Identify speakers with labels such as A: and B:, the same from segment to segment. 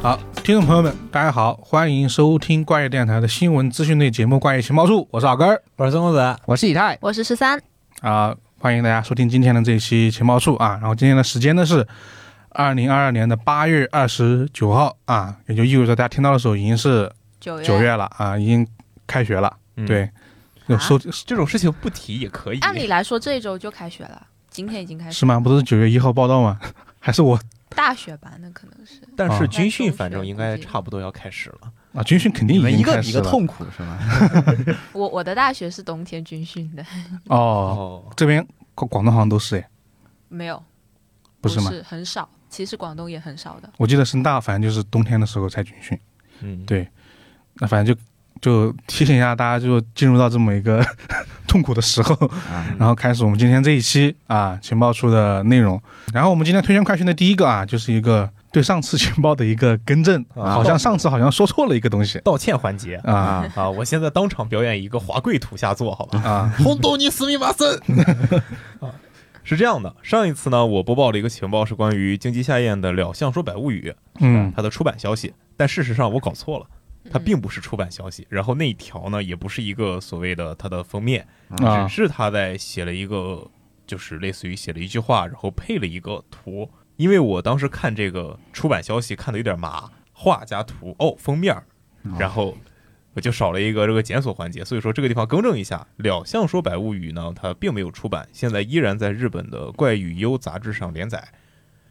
A: 好，听众朋友们，大家好，欢迎收听怪异电台的新闻资讯类节目《怪异情报处》，我是老根儿
B: 我是孙公子，
C: 我是以太，
D: 我是十三，
A: 啊、欢迎大家收听今天的这一期情报处啊。然后今天的时间呢是二零二二年的八月二十九号啊，也就意味着大家听到的时候已经是
D: 九月
A: 九月了啊，已经开学了。
B: 嗯
A: 对，有
D: 啊
A: 收、
B: 这种事情不提也可以。
D: 按理来说这一周就开学了，今天已经开学，
A: 是吗？不是九月一号报道吗？ 还是我
D: 大学吧？那可能是
B: 但
A: 啊
B: 是军训反正应该差不多要开始了。
A: 啊？军训肯定
C: 你
A: 已
C: 们
A: 经
C: 一个
A: 开
C: 比一
A: 始
C: 个
A: 了
C: 痛苦是吗？
D: 我我的大学是冬天军训的，
A: 哦。
B: 哦，
A: 这边广广东好像都是哎，
D: 没有，
A: 不是
D: 是
A: 吗？
D: 很少，其实广东也很少的。
A: 我记得深大反正就是冬天的时候才军训。
B: 嗯，
A: 对那反正就就提醒一下大家，就进入到这么一个 痛苦的时候，
B: 嗯
C: 啊，
A: 然后开始我们今天这一期啊情报处的内容。然后我们今天推荐快讯的第一个啊，就是一个对上次情报的一个更正，
B: 啊
A: 好像上次好像说错了一个东西
B: 道歉环节
A: 啊
B: 啊！我现在当场表演一个华贵土下作，好吧？
A: 啊
C: 红豆泥斯密马 森，
B: 啊是这样的，上一次呢，我播报了一个情报，是关于京畿夏彦的《两相说百物语》
A: 嗯
B: 它的出版消息，但事实上我搞错了，它
D: 嗯
B: 并不是出版消息。然后那一条呢，也不是一个所谓的它的封面，只
A: 啊
B: 是他在写了一个，就是类似于写了一句话，然后配了一个图。因为我当时看这个出版消息看的有点麻，画加图哦，封面儿，然后我就少了一个这个检索环节，所以说这个地方更正一下，《两相说百物语》呢，它并没有出版，现在依然在日本的《怪语优》杂志上连载。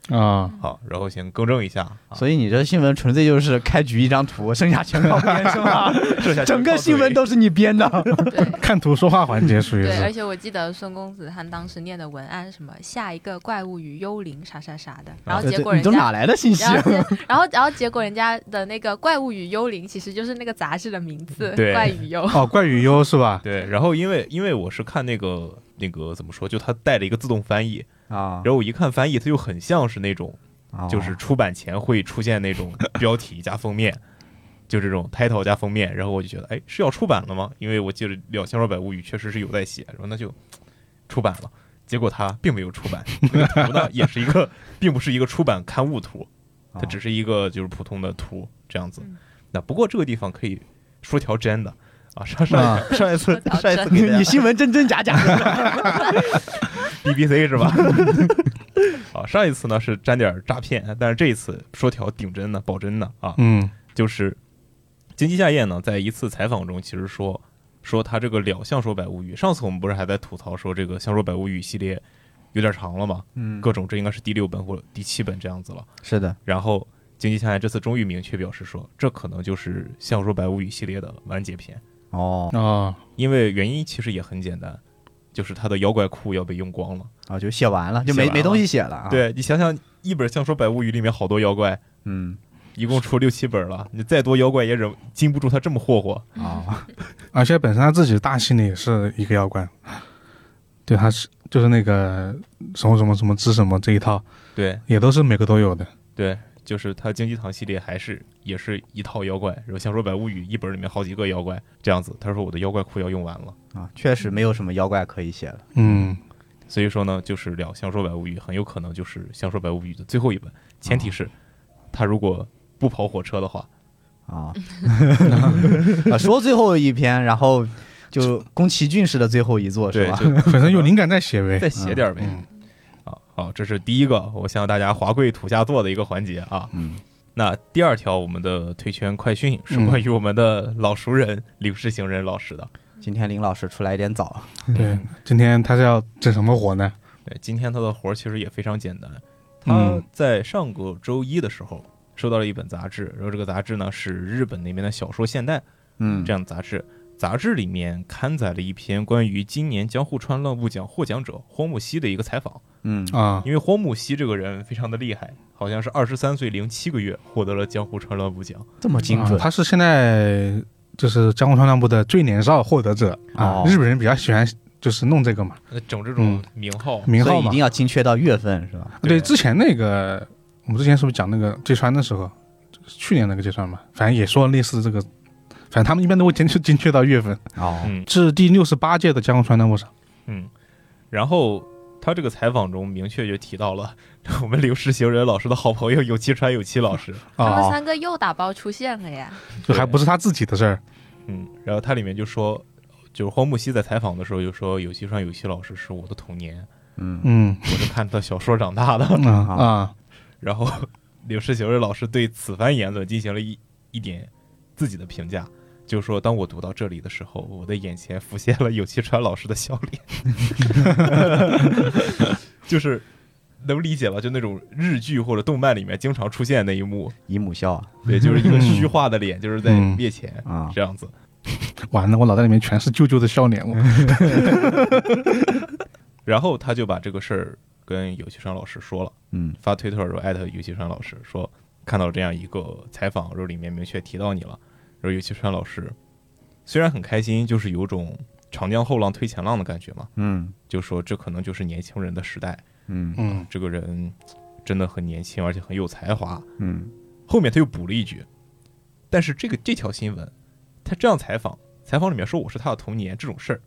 A: 啊
B: 好，然后先更正一下，啊、
C: 所以你这新闻纯粹就是开局一张图，剩下全 靠编是吗？
B: 这下
C: 整个新闻都是你编的。
D: 对
A: 看图说话环节属于
D: 对，而
A: 是
D: 且我记得孙公子他当时念的文案什么下一个怪物与幽灵啥啥啥的，然后
C: 对
D: 结果
C: 对，你
D: 人
C: 都哪
D: 家。
C: 来的信息
D: 然？后结，然后，然后结果人家的那个《怪物与幽灵》其实就是那个杂志的名字，
B: 对
D: 《怪与幽》
A: 哦怪语优是吧？
B: 对。然后因为因为我是看那个那个怎么说，就它带了一个自动翻译，
C: 啊，
B: 然后我一看翻译，它就很像是那种
C: 哦
B: 就是出版前会出现那 种标题加封面，就这种 title 加封面，然后我就觉得，哎，是要出版了吗？因为我记得《两千二百物语》确实是有在写，然后那就出版了。结果它并没有出版，那个图呢也是 一个，并不是一个出版刊物图，
C: 啊
B: 它
C: 哦
B: 只是一个就是普通的图这样子
D: 嗯。
B: 那不过这个地方可以说条真的啊，上上
A: 啊
C: 上一次
D: 我早
C: 上一次
D: 知
C: 给你新闻真真假假的
B: BBC，E 是吧？ 啊，上一次呢是沾点儿诈骗，但是这一次说条顶真的保真的啊，
A: 嗯
B: 就是金鸡夏彦呢，在一次采访中，其实说说他这个了《相说百物语》，上次我们不是还在吐槽说这个《相说百物语》系列有点长了嘛，
C: 嗯
B: 各种这应该是第六本或者第七本这样子了。
C: 是的，
B: 然后金鸡夏彦这次终于明确表示说，这可能就是《相说百物语》系列的完结篇，
C: 哦，
A: 哦
B: 因为原因其实也很简单。就是他的妖怪库要被用光了。
C: 啊，就写完了，就
B: 写
C: 没
B: 完
C: 没
B: 了
C: 东西写了啊。，
B: 对你想想，一本《相说百物语》里面好多妖怪，
C: 嗯，
B: 一共出六七本了，你再多妖怪也忍禁不住他这么霍霍。
C: 啊，
A: 而且本身他自己大戏呢也是一个妖怪，对，他是就是那个什么什么什么之什么这一套，
B: 对，
A: 也都是每个都有的。
B: 对，就是它京鸡堂系列还是也是一套妖怪，然后《相说百物语》一本里面好几个妖怪这样子。他说我的妖怪库要用完了，
C: 啊，确实没有什么妖怪可以写了。
A: 嗯，
B: 所以说呢，就是聊《相说百物语》很有可能就是《相说百物语》的最后一本，前提是他如果不跑火车的话，
C: 啊，啊说最后一篇，然后就宫崎骏式的最后一作是
B: 对，
C: 吧？
B: 就
A: 反正有灵感再写呗。
B: 再写点儿呗。
A: 嗯
B: 啊，好，这是第一个我向大家华贵土下座的一个环节啊。
C: 嗯，
B: 那第二条我们的推圈快讯是关于我们的老熟人领事行人老师的。
C: 今天林老师出来有点早，
A: 对，今天他是要整什么活呢？
B: 对，今天他的活儿其实也非常简单。他
A: 嗯
B: 在上个周一的时候收到了一本杂志，然后这个杂志呢是日本那边的小说现代
C: 嗯
B: 这样的杂志。杂志里面刊载了一篇关于今年江户川乱步奖获奖者荒木希的一个采访。
C: 嗯
A: 啊，
B: 因为荒木希这个人非常的厉害，好像是二十三岁零七个月获得了江户川乱步奖。
C: 这么精准
A: 啊他是现在就是江户川乱步的最年少获得者啊
C: 哦。
A: 日本人比较喜欢就是弄这个嘛，
B: 那整这种名号，
A: 名
C: 所
A: 号
C: 以一
A: 嘛
C: 定。要精确到月份是吧？
A: 对，之前那个我们之前是不是讲那个芥川的时候，去年那个结算嘛，反正也说类似这个，反正他们一般都会精确精确到月份。
C: 哦，
B: 嗯
A: 至第六十八届的加工川端部长，
B: 嗯，然后他这个采访中明确就提到了 我们刘世行人老师的好朋友有栖川有栖老师，
D: 他
C: 哦
D: 们
A: 啊，
D: 三个又打包出现了呀！
A: 就还不是他自己的事儿，
B: 嗯，然后他里面就说，就是荒木希在采访的时候就说有栖川有栖老师是我的童年，
C: 嗯，
A: 嗯
B: 我是看他小说长大的。
A: 啊啊，
B: 然后 刘世行人老师对此番言论进行了一一点自己的评价，就说当我读到这里的时候，我的眼前浮现了有栖川老师的笑脸， 就是能理解吧？就那种日剧或者动漫里面经常出现那一幕，
C: 姨母笑啊
B: 对，就是一个虚化的脸，就是在面前
C: 啊，
B: 这样子。
A: 完了，我脑袋里面全是舅舅的笑脸，我
B: 然后他就把这个事儿跟有栖川老师说了。
C: 嗯
B: 发推特的时哎候艾特尤其川老师说，看到这样一个采访，然后里面明确提到你了。然后尤其川老师虽然很开心，就是有种长江后浪推前浪的感觉嘛，
C: 嗯
B: 就说这可能就是年轻人的时代，
C: 嗯
A: 嗯
B: 这个人真的很年轻，而且很有才华。
C: 嗯，
B: 后面他又补了一句，但是这个这条新闻，他这样采访，采访里面说我是他的童年这种事儿，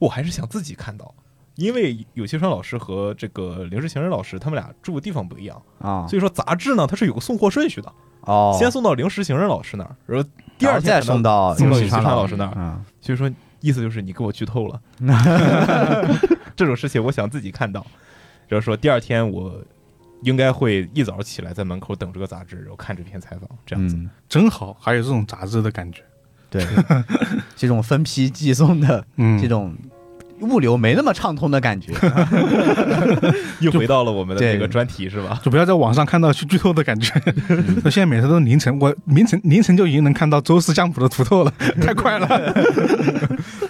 B: 我还是想自己看到。因为有些川老师和这个林志行人老师，他们俩住的地方不一样，
C: 啊
B: 所以说杂志呢，它是有个送货顺序的，
C: 哦，
B: 先送到零食行人老师那儿，然后第
C: 然
B: 二
C: 后
B: 天
C: 再送
B: 到
C: 到
B: 送到
C: 许
B: 川
C: 川
B: 老
C: 师，
B: 师那儿。
C: 嗯
B: 所以说意思就是你给我剧透 了，这种事情我想自己看到。然后说第二天我应该会一早起来在门口等这个杂志，然后看这篇采访，这样子。
C: 嗯，
A: 真好，还有这种杂志的感觉，
C: 对， 这种分批寄送的
A: 嗯
C: 这，种物流没那么畅通的感 觉，
B: 又回到了我们的
C: 对
B: 那个专题是吧？
A: 就不要在网上看到去剧透的感觉。 那现在每次都是凌晨，我凌晨凌晨就已经能看到周四江浦的图透了，太快了。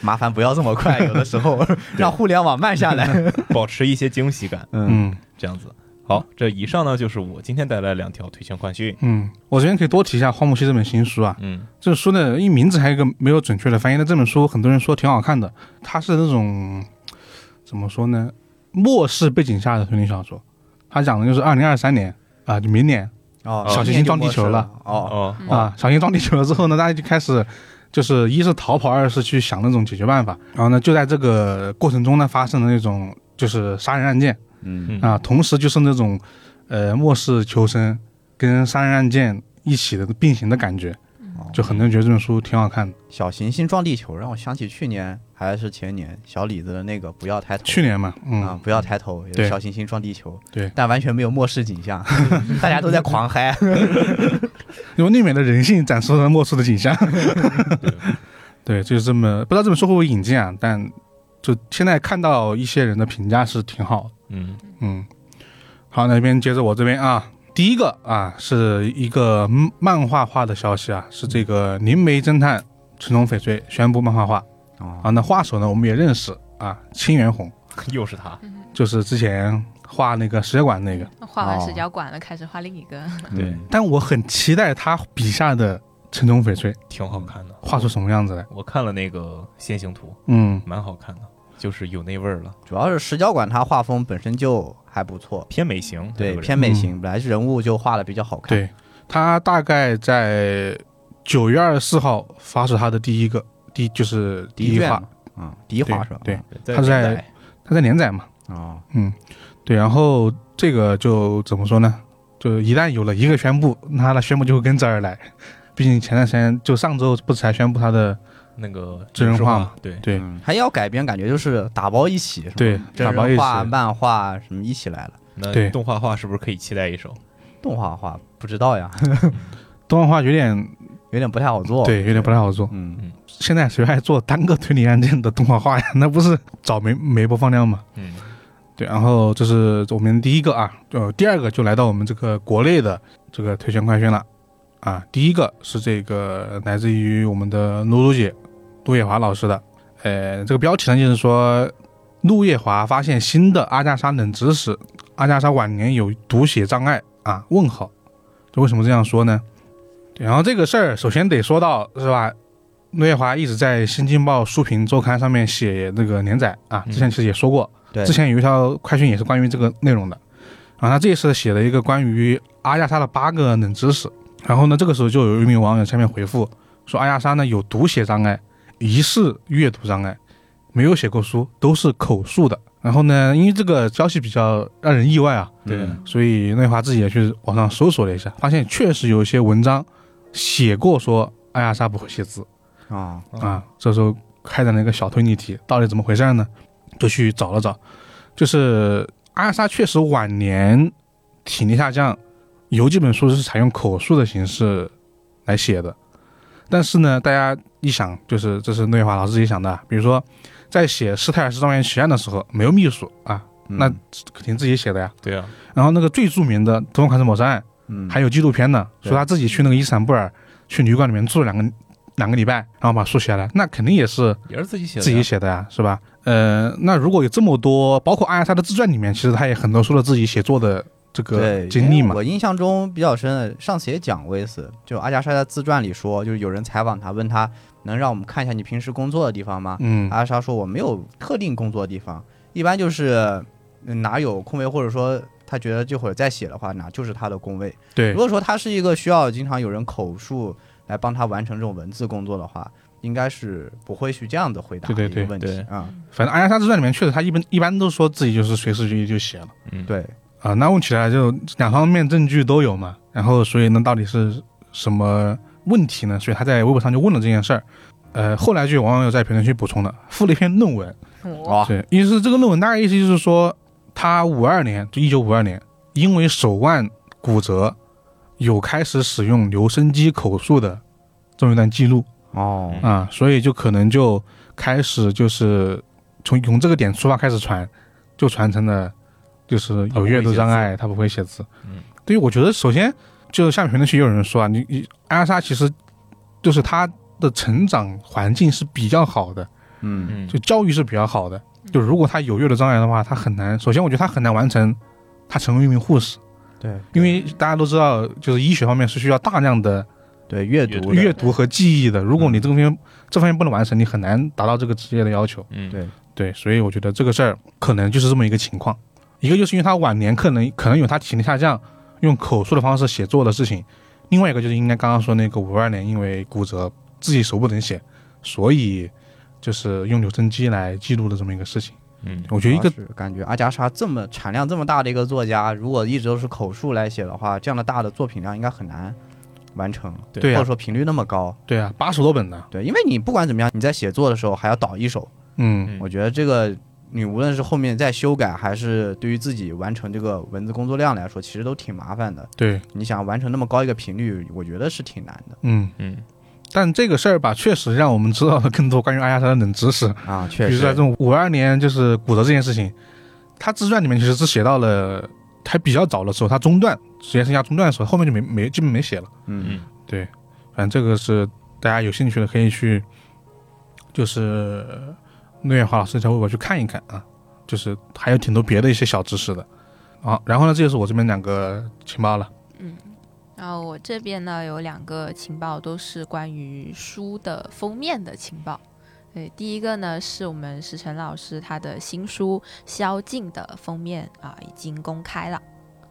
C: 麻烦不要这么快，有的时候 让互联网慢下 来。
B: 保持一些惊喜感，
C: 嗯
A: 嗯
B: 这样子。好，这以上呢就是我今天带来的两条推荐快讯。
A: 嗯，我这边可以多提一下荒木希这本新书啊，
B: 嗯
A: 这书呢，因为名字还有一个没有准确的翻译，但这本书很多人说挺好看的，它是那种怎么说呢，末世背景下的推理小说，它讲的就是二零二三年啊、就明年
C: 哦
A: 小行星撞地球了
C: 哦，
B: 哦
D: 嗯
A: 啊，小行星撞地球了之后呢，大家就开始就是一是逃跑，二是去想那种解决办法。然后呢，就在这个过程中呢，发生了那种就是杀人案件
C: 嗯
B: 嗯
A: 啊，同时就是那种呃末世求生跟杀人案件一起的并行的感觉，就很多人觉得这本书挺好看的。
C: 小行星撞地球，让我想起去年还是前年小李子的那个不要抬头，
A: 去年嘛，嗯，
C: 啊不要抬头，也是
A: 对
C: 小行星撞地球，
A: 对
C: 但完全没有末世景 象，大家都在狂嗨，
A: 因为那边的人性展示了末世的景 象。对，就是这么不知道这本书会不会引进啊？但就现在看到一些人的评价是挺好的。
B: 嗯
A: 嗯，好，那边接着我这边啊，第一个啊是一个嗯漫画化的消息啊，是这个《灵媒侦探城中翡翠》宣布漫画化
C: 哦
A: 啊。那画手呢，我们也认识啊，清源红，
B: 又是他，
A: 就是之前画那个《石血馆》那个。
D: 画完
C: 哦
D: 石角馆了，开始画另一个。
B: 对，
C: 嗯
A: 但我很期待他笔下的城中翡翠
B: 挺好看的。
A: 画出什么样子来。
B: 我看了那个先行图，
A: 嗯
B: 蛮好看的，就是有那味儿了，
C: 主要是石角馆它画风本身就还不错，
B: 偏美型，
C: 对
B: 不
C: 偏美型，本来人物就画的比较好，看，
A: 嗯对，他大概在九月二十四号发售他的第一个第就是第
C: 第一
A: 一
C: 卷
A: 话，
C: 啊，第一话是吧？
A: 对对
B: 对
A: 它在
B: 连载
A: 他在连载嘛。
C: 哦，
A: 嗯，对，然后这个就怎么说呢？就一旦有了一个宣布，那他的宣布就会跟着而来。毕竟前段时间就上周不是才宣布他的
B: 那个
A: 真人化
B: 化
A: 嘛，
B: 对，
A: 对、
C: 嗯还要改编，感觉就是打包一起，是吧
A: 对打
C: 真
A: 包
C: 人
A: 一
C: 画、
A: 起，
C: 漫画什么一起来了。
B: 那
A: 对
B: 动画化是不是可以期待一手？
C: 动画化不知道呀，
A: 动画化有点
C: 有点不太好做。，
A: 对，有点不太好做。
C: 嗯，
A: 现在谁还做单个推理案件的动画化呀？那不是找没没播放量吗？
B: 嗯
A: 对，然后这是我们第一个啊，呃，第二个就来到我们这个国内的这个推荐快讯了啊。第一个是这个来自于我们的露露姐陆夜华老师的，呃，这个标题呢就是说陆夜华发现新的阿加莎冷知识，阿加莎晚年有读写障碍啊？问号，就为什么这样说呢？对，然后这个事儿首先得说到是吧？陆夜华一直在《新京报》书评周刊上面写那个连载啊，之前其实也说过。
C: 对
A: 之，前有一条快讯也是关于这个内容的，啊，他这一次写了一个关于阿加莎的八个冷知识，然后呢，这个时候就有一名网友下面回复说：“阿亚莎呢有读写障碍，疑似阅读障碍，没有写过书，都是口述的。”然后呢，因为这个消息比较让人意外啊，
B: 对
E: 嗯
A: 所以内华自己也去网上搜索了一下，发现确实有一些文章写过说阿亚莎不会写字
C: 哦
E: 啊，
A: 啊。这时候开展了一个小推理题，到底怎么回事呢？就去找了找，就是阿亚莎确实晚年体力下降，有几本书是采用口述的形式来写的。但是呢，大家一想，就是这是内华老师自己想的啊，比如说在写《斯泰尔斯庄园奇案》的时候，没有秘书啊，那肯定自己写的呀。
B: 对啊，
A: 然后那个最著名的《头文卡斯谋杀案》
E: 嗯
A: 还有纪录片呢，
E: 对
A: 说他自己去那个伊斯坦布尔去旅馆里面住了两个两个礼拜，然后把书写下来，那肯定也是
B: 也是自己写的呀，
A: 自己写的呀，是吧？呃，那如果有这么多，包括阿亚莎的自传里面，其实他也很多说了自己写作的这个
E: 对
A: 经历
E: 因为
A: 嘛。
E: 我印象中比较深的，上次也讲过一次，就阿加莎在自传里说，就是有人采访他，问他能让我们看一下你平时工作的地方吗？
A: 嗯
E: 阿加莎说我没有特定工作的地方，一般就是嗯哪有空位，或者说他觉得这会儿再写的话，哪就是他的工位。
A: 对
E: 如，果说他是一个需要经常有人口述来帮他完成这种文字工作的话，应该是不会去这样子回答
A: 对对
E: 一个
A: 对
E: 问
B: 对
E: 题啊。
A: 反正阿亚莎自传里面确实他一般一般都说自己就是随时就就写了
B: 嗯，
E: 对，
A: 啊、那问起来就两方面证据都有嘛，然后所以呢，到底是什么问题呢？所以他在微博上就问了这件事儿。呃，后来就有网友在评论区补充了，附了一篇论文，
B: 啊
D: 哦，
A: 对，意思是这个论文大概意思就是说，他五二年，就一九五二年，因为手腕骨折，有开始使用留声机口述的这么一段记录
E: 哦
B: 嗯
A: 啊，所以就可能就开始就是从从这个点出发开始传，就传成了就是有阅读障碍，他不会写字。
B: 嗯，
A: 对于我觉得首先就是下面评论区也有人说啊，你你艾莎其实就是她的成长环境是比较好的。
E: 嗯
B: 嗯，
A: 就教育是比较好的。就如果他有阅读障碍的话，他很难。首先，我觉得他很难完成他成为一名护士，
E: 对
A: 因为大家都知道，就是医学方面是需要大量的
E: 对，阅
B: 阅
E: 读
B: 读
E: 的嗯
A: 阅读和记忆的。如果你这个方面这方面不能完成，你很难达到这个职业的要求。
B: 嗯，
E: 对
A: 对，所以我觉得这个事儿可能就是这么一个情况。一个就是因为他晚年可能可能有他体力下降，用口述的方式写作的事情；另外一个就是应该刚刚说那个五二年因为骨折自己手不能写，所以就是用留声机来记录的这么一个事情。
B: 嗯，
A: 我觉得一个
E: 主要是感觉阿加莎这么产量这么大的一个作家，如果一直都是口述来写的话，这样的大的作品量应该很难完成，
B: 对
A: 对啊
E: 或者说频率那么高。
A: 对啊，八十多本呢。
E: 对，因为你不管怎么样，你在写作的时候还要导一手，
A: 嗯，
E: 我觉得这个你无论是后面再修改，还是对于自己完成这个文字工作量来说，其实都挺麻烦的。
A: 对，
E: 你想完成那么高一个频率，我觉得是挺难的
A: 嗯，
B: 嗯，
A: 但这个事儿吧，确实让我们知道了更多关于阿亚莎的冷知识，
E: 啊，
A: 比
E: 确
A: 如说这种五二年就是骨折这件事情，他自传里面其实是写到了还比较早的时候，他中断职业生涯中断的时候，后面就没没基本没写了。
E: 嗯
B: 嗯，
A: 反正这个是大家有兴趣的可以去，就是陆月华老师这条微博去看一看啊，就是还有挺多别的一些小知识的。好，然后呢，这就是我这边两个情报了。
D: 然后我这边呢有两个情报，都是关于书的封面的情报。对，第一个呢是我们石晨老师他的新书《宵禁》的封面啊、已经公开了，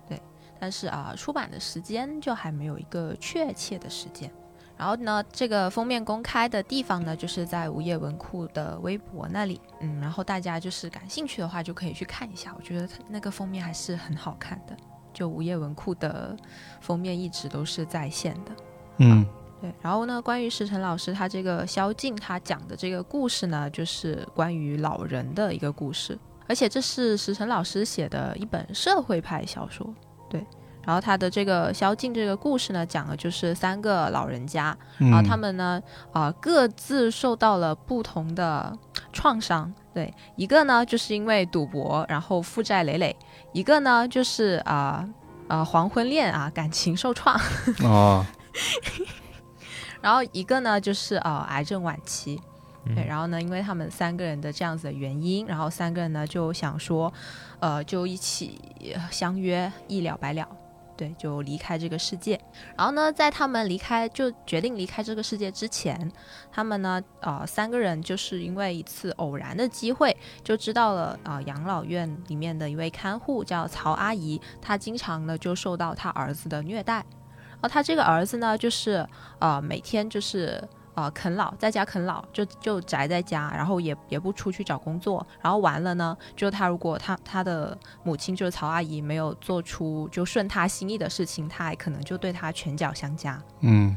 D: 对，但是啊、出版的时间就还没有一个确切的时间。然后呢，这个封面公开的地方呢，就是在午夜文库的微博那里，嗯，然后大家就是感兴趣的话就可以去看一下，我觉得它那个封面还是很好看的，就午夜文库的封面一直都是在线的。
A: 嗯
D: 对，然后呢，关于石晨老师他这个宵禁，他讲的这个故事呢，就是关于老人的一个故事，而且这是石晨老师写的一本社会派小说。对，然后他的这个宵禁这个故事呢，讲的就是三个老人家，
A: 嗯，
D: 然后他们呢，啊、各自受到了不同的创伤。对，一个呢就是因为赌博，然后负债累累；一个呢就是啊啊、呃黄昏恋啊，感情受创；
A: 哦，
D: 然后一个呢就是啊、呃癌症晚期。
B: 嗯
D: 对，然后呢，因为他们三个人的这样子的原因，然后三个人呢就想说，呃，就一起呃相约一了百了，对，就离开这个世界。然后呢，在他们离开就决定离开这个世界之前，他们呢，呃，三个人就是因为一次偶然的机会，就知道了啊、呃养老院里面的一位看护叫曹阿姨，她经常呢就受到她儿子的虐待。然后他这个儿子呢，就是呃每天就是呃啃老，在家啃老，就就宅在家，然后也也不出去找工作，然后完了呢，就他如果他他的母亲就是曹阿姨没有做出就顺他心意的事情，他还可能就对他拳脚相加。
A: 嗯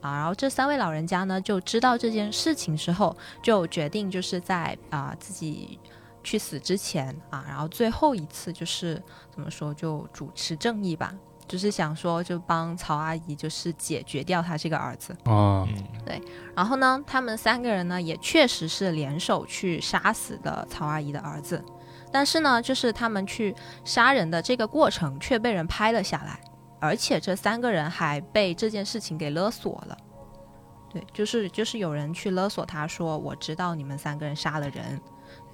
D: 啊，然后这三位老人家呢，就知道这件事情之后，就决定就是在啊、自己去死之前啊，然后最后一次就是怎么说，就主持正义吧，就是想说就帮曹阿姨就是解决掉她这个儿子。
A: 啊
B: 嗯
D: 然后呢，他们三个人呢也确实是联手去杀死了曹阿姨的儿子，但是呢，就是他们去杀人的这个过程却被人拍了下来，而且这三个人还被这件事情给勒索了。对，就是就是有人去勒索他说我知道你们三个人杀了人，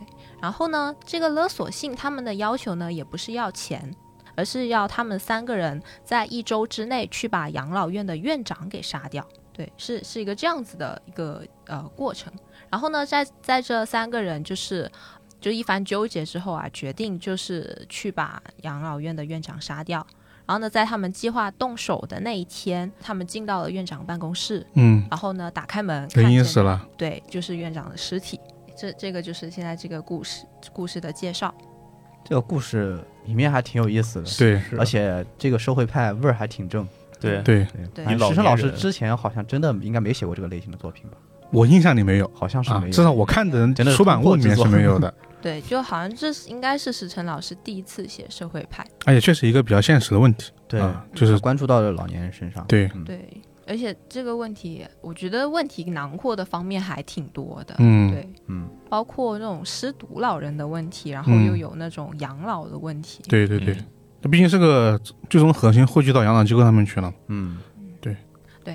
D: 对然后呢，这个勒索信他们的要求呢也不是要钱，而是要他们三个人在一周之内去把养老院的院长给杀掉。对，是是一个这样子的一个呃过程。然后呢，在在这三个人就是就一番纠结之后啊，决定就是去把养老院的院长杀掉。然后呢，在他们计划动手的那一天，他们进到了院长办公室，
A: 嗯，
D: 然后呢，打开门，
A: 人
D: 看
A: 已
D: 见
A: 死了，
D: 对，就是院长的尸体。这这个就是现在这个故事故事的介绍。
C: 这个故事里面还挺有意思的，
A: 对
B: 是
C: 而且这个社会派味儿还挺正。
B: 对
A: 对，
D: 对
C: 反正
B: 你老
C: 石生老
B: 年
C: 师
B: 人
C: 之前好像真的应该没写过这个类型的作品吧？
A: 我印象里没有
C: 好像是
A: 啊
C: 没有，，
A: 至少我看的
C: 真的是
A: 出版物里面
C: 突破
A: 是
C: 之作
A: 没有的，
D: 对，就好像这是应该是石晨老师第一次写社会派。
A: 而哎且确实一个比较现实的问题，
C: 对，
A: 啊就是
C: 关注到了老年人身上。
A: 对
C: 嗯，
D: 对，而且这个问题，我觉得问题囊括的方面还挺多的。
A: 嗯，
D: 对，
C: 嗯，
D: 包括那种失独老人的问题，然后
A: 嗯
D: 又有那种养老的问题。
A: 对对对，
B: 嗯
A: 它毕竟是个最终核心汇聚到养老机构上面去了，
C: 嗯，
D: 对，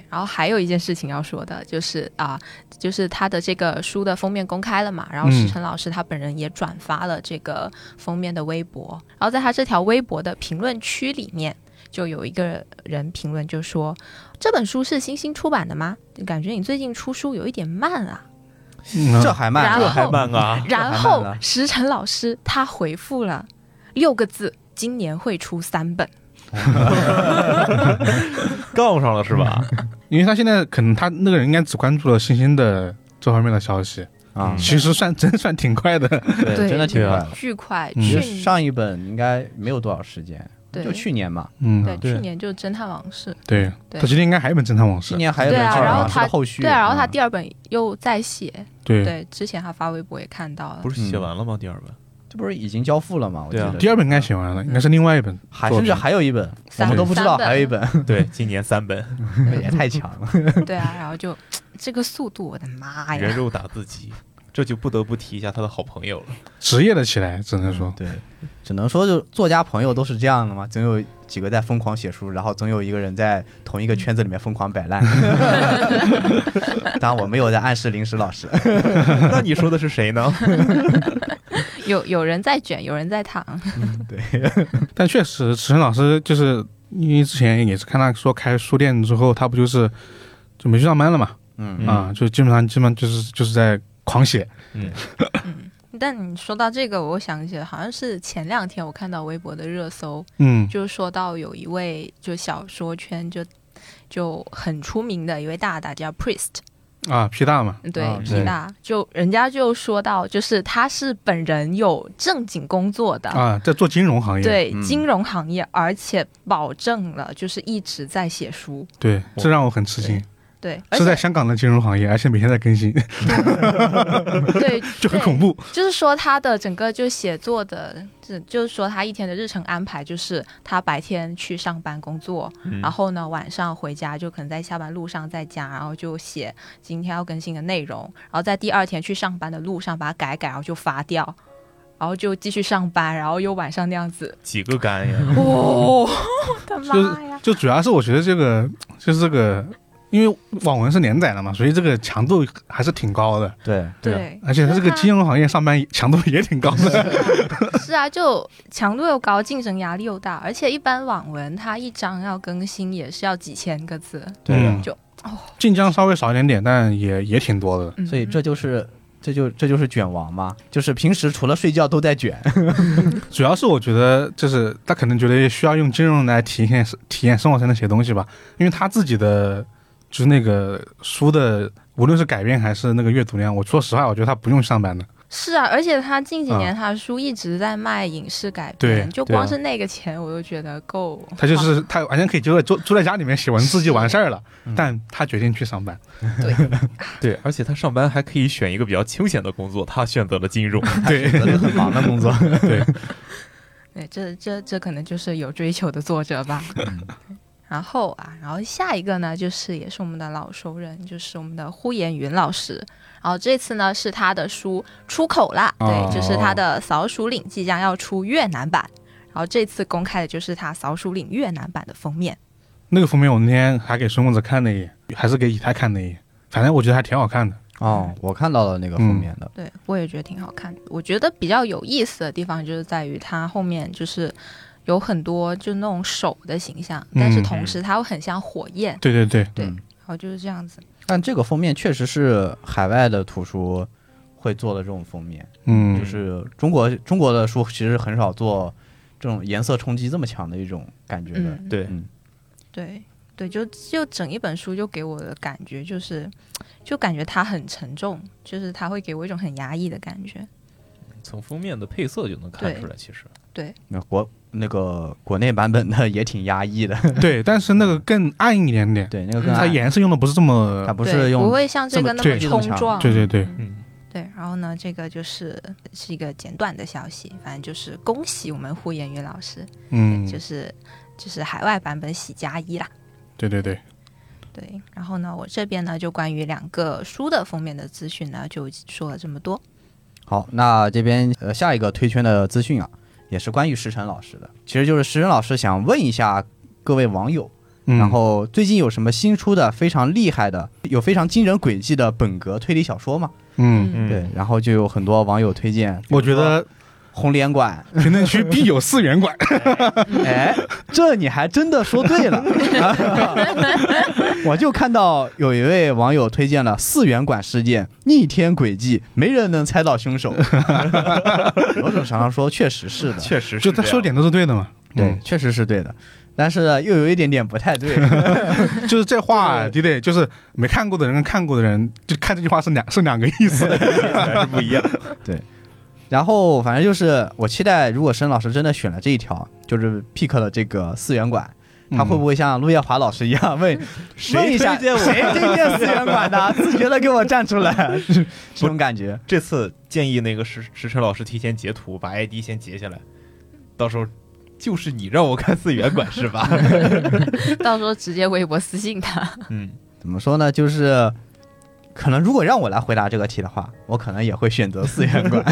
D: 然后还有一件事情要说的，就是啊，就是他的这个书的封面公开了嘛，然后
A: 嗯
D: 石晨老师他本人也转发了这个封面的微博，然后在他这条微博的评论区里面，就有一个人评论就说：“这本书是新星出版的吗？感觉你最近出书有一点慢啊。”
A: 嗯
C: 这还慢
D: 然后
C: 啊，
B: 这还慢啊，
D: 然
C: 还慢
D: 后
C: 了
D: 石晨老师他回复了六个字：“今年会出三本。
B: 杠上了是吧？
A: 因为他现在可能他那个人应该只关注了星星的这方面的消息，
C: 啊
B: 嗯，
A: 其实算真算挺快的，
D: 对
C: 对，真的挺
B: 对啊
C: 快”的。
D: 巨快，
A: 嗯
D: 去
C: 就
D: 年
C: 上一本应该没有多少时间，
D: 对
C: 就去年嘛，
A: 嗯，
D: 对
B: 对
D: 去年就是《侦探往事》
A: 对，
D: 对
A: 他今天应该还有一本侦探往事
C: 今，年还有
D: 对
C: 本
D: 啊
C: 《
D: 然后
C: 老师
D: 他
C: 的后续，
D: 对啊，然后他
C: 嗯
D: 第二本又在写，
A: 对，
D: 对，之前他发微博也看到了，
B: 不是写完了吗？第二本
C: 这不是已经交付了吗？我记
B: 对啊
C: 得
A: 第二本应该写完了，应该是另外一本，
C: 还
A: 作
C: 甚
A: 品
C: 至还有一本，我
D: 三
C: 们都不知道
D: 三本
C: 还有一本，
A: 嗯
B: 对，今年 三本，
C: 也太强了。
D: 对啊，然后就这个速度，我的
A: 哎
D: 妈
B: 人
D: 呀！
B: 肉打字机，这就不得不提一下他的好朋友了。
A: 职业的起来，只能说，
C: 对，只能说就作家朋友都是这样的嘛，总有几个在疯狂写书，然后总有一个人在同一个圈子里面疯狂摆 烂。当然，我没有在暗示临时老师，
B: 那你说的是谁呢？
D: 有有人在卷，有人在躺，
A: 但确实，池晨老师就是因为之前也是看他说开书店之后，他不就是就没去上班了嘛，
C: 嗯，
A: 啊，就基本上基本上就是就是在狂写，
D: 但你说到这个，我想起来好像是前两天我看到微博的热搜，
A: 嗯
D: 就说到有一位就小说圈就就很出名的一位大大叫 Priest，
A: 啊，批大嘛，
D: 嗯对
C: 啊，
D: 皮
A: 对
D: 大就人家就说到，就是他是本人有正经工作的，
A: 啊，在做金融行业，
D: 对
C: 嗯
D: 金融行业，而且保证了就是一直在写书，
A: 对，这让我很吃惊，
D: 对，而
A: 是在
D: 且
A: 香港的金融行业，而且每天在更新，
D: 对
A: 就很
D: 对
A: 恐怖，
D: 就是说他的整个就写作的，就就是说他一天的日程安排就是他白天去上班工作，
B: 嗯
D: 然后呢晚上回家就可能在下班路上在家，然后就写今天要更新的内容，然后在第二天去上班的路上把它改改，然后就发掉。然后就继续上班，然后又晚上那样子，
B: 几个肝呀？
D: 哦，我的
A: 就是
D: 妈呀！
A: 就主要是我觉得这个就是这个。因为网文是连载的嘛，所以这个强度还是挺高的，
C: 对，
D: 对，
A: 啊
D: 啊
A: 而且他这个
D: 那他
A: 金融行业上班强度也挺高的。
D: 是啊，就强度又高，竞争压力又大，而且一般网文它一张要更新也是要几千个字，
A: 对
D: 就
A: 晋江稍微少一点点，但也也挺多的。
D: 嗯
C: 所以这就是
E: 这就这就是卷王嘛，就是平时除了睡觉都在卷。
A: 主要是我觉得，就是他可能觉得需要用金融来体验体验生活才能写东西吧，因为他自己的就是那个书的，无论是改编还是那个阅读量，我说实话，我觉得他不用上班的。
D: 是啊，而且他近几年他的书一直在卖影视改编，
A: 对
D: 就
A: 对啊
D: 光是那个钱我就觉得够。
A: 他就是他完全可以就在坐坐在家里面写文字就完事儿了
E: 嗯，
A: 但他决定去上班。
B: 对，而且他上班还可以选一个比较清闲的工作，他选择了金融。
A: 对
E: 选择了很忙的工作。
A: 对，
D: 对，这这这可能就是有追求的作者 吧。
A: 嗯
D: 然后啊，然后下一个呢，就是也是我们的老熟人，就是我们的呼延云老师。然后这次呢是他的书出口啦，
A: 哦
D: 对，就是他的《扫鼠岭》即将要出越南版。然后这次公开的就是他《扫鼠岭》越南版的封面。
A: 那个封面我那天还给孙公子看了一眼，还是给以太看了一眼，反正我觉得还挺好看的。
E: 哦，我看到了那个封面的，
D: 对，我也觉得挺好看的。我觉得比较有意思的地方就是在于它后面就是有很多就那种手的形象，但是
A: 嗯
D: 同时它又很像火焰，
A: 对对对，
D: 对
E: 嗯
D: 然后就是这样子。
E: 但这个封面确实是海外的图书会做的这种封面，
A: 嗯
E: 就，是中国中国的书其实很少做这种颜色冲击这么强的一种感觉的。
D: 嗯，
B: 对
E: 嗯，
D: 对对，就就整一本书就给我的感觉就是，就感觉它很沉重，就是它会给我一种很压抑的感觉。
B: 从封面的配色就能看出来，其实
E: 那国那个国内版本的也挺压抑的，
A: 对，但是那个更暗一点点，
E: 对，那个
D: 嗯
E: 跟
A: 它
E: 暗
A: 颜色用的不是这么
E: 它，不
D: 对
E: 是用
D: 不会像这
E: 这
D: 个
E: 么
D: 那
A: 对
D: 么
E: 这么
D: 冲
E: 强
D: 撞。
A: 对对对，
B: 嗯，
D: 对，然后呢，这个就是是一个简短的消息，反正就是恭喜我们胡彦宇老师，
A: 嗯，
D: 就是就是海外版本喜加一啦。
A: 对对对，
D: 对，然后呢，我这边呢就关于两个书的封面的资讯呢，就说了这么多。
E: 好，那这边呃下一个推圈的资讯啊，也是关于石晨老师的，其实就是石晨老师想问一下各位网友，
A: 嗯
E: 然后最近有什么新出的非常厉害的、有非常惊人轨迹的本格推理小说吗？
A: 嗯，
B: 嗯
E: 对，然后就有很多网友推荐，比如
A: 我觉
E: 说
A: 得
E: 红 莲馆，
A: 评论区必有四元馆。
E: 哎，这你还真的说对 了。我就看到有一位网友推荐了四元馆事件逆天诡计，没人能猜到凶 手。某种程度上说，确实是的，
B: 确实是
A: 就他
B: 这样
A: 说的点都是对的嘛。
E: 对，确实是对的。但是呢又有一点点不太对，
A: 嗯，就是这话，对对，就是没看过的人跟看过的人，就看这句话是两是两个意思。
B: 还是不一样。
E: 然后反正就是我期待，如果申老师真的选了这一条，就是 pick 了这个四元馆，他会不会像陆夜华老师一样问问
B: 谁
E: 一下
B: 嗯推荐我
E: 谁推荐四元 馆的？自觉的给我站出来，是这种感觉。
B: 这次建议那个石石晨老师提前截图，把 ID 先截下来，到时候就是你让我看四元馆是吧？
D: 到时候直接微博私信他。
B: 嗯，
E: 怎么说呢？就是可能如果让我来回答这个题的话，我可能也会选择四元馆，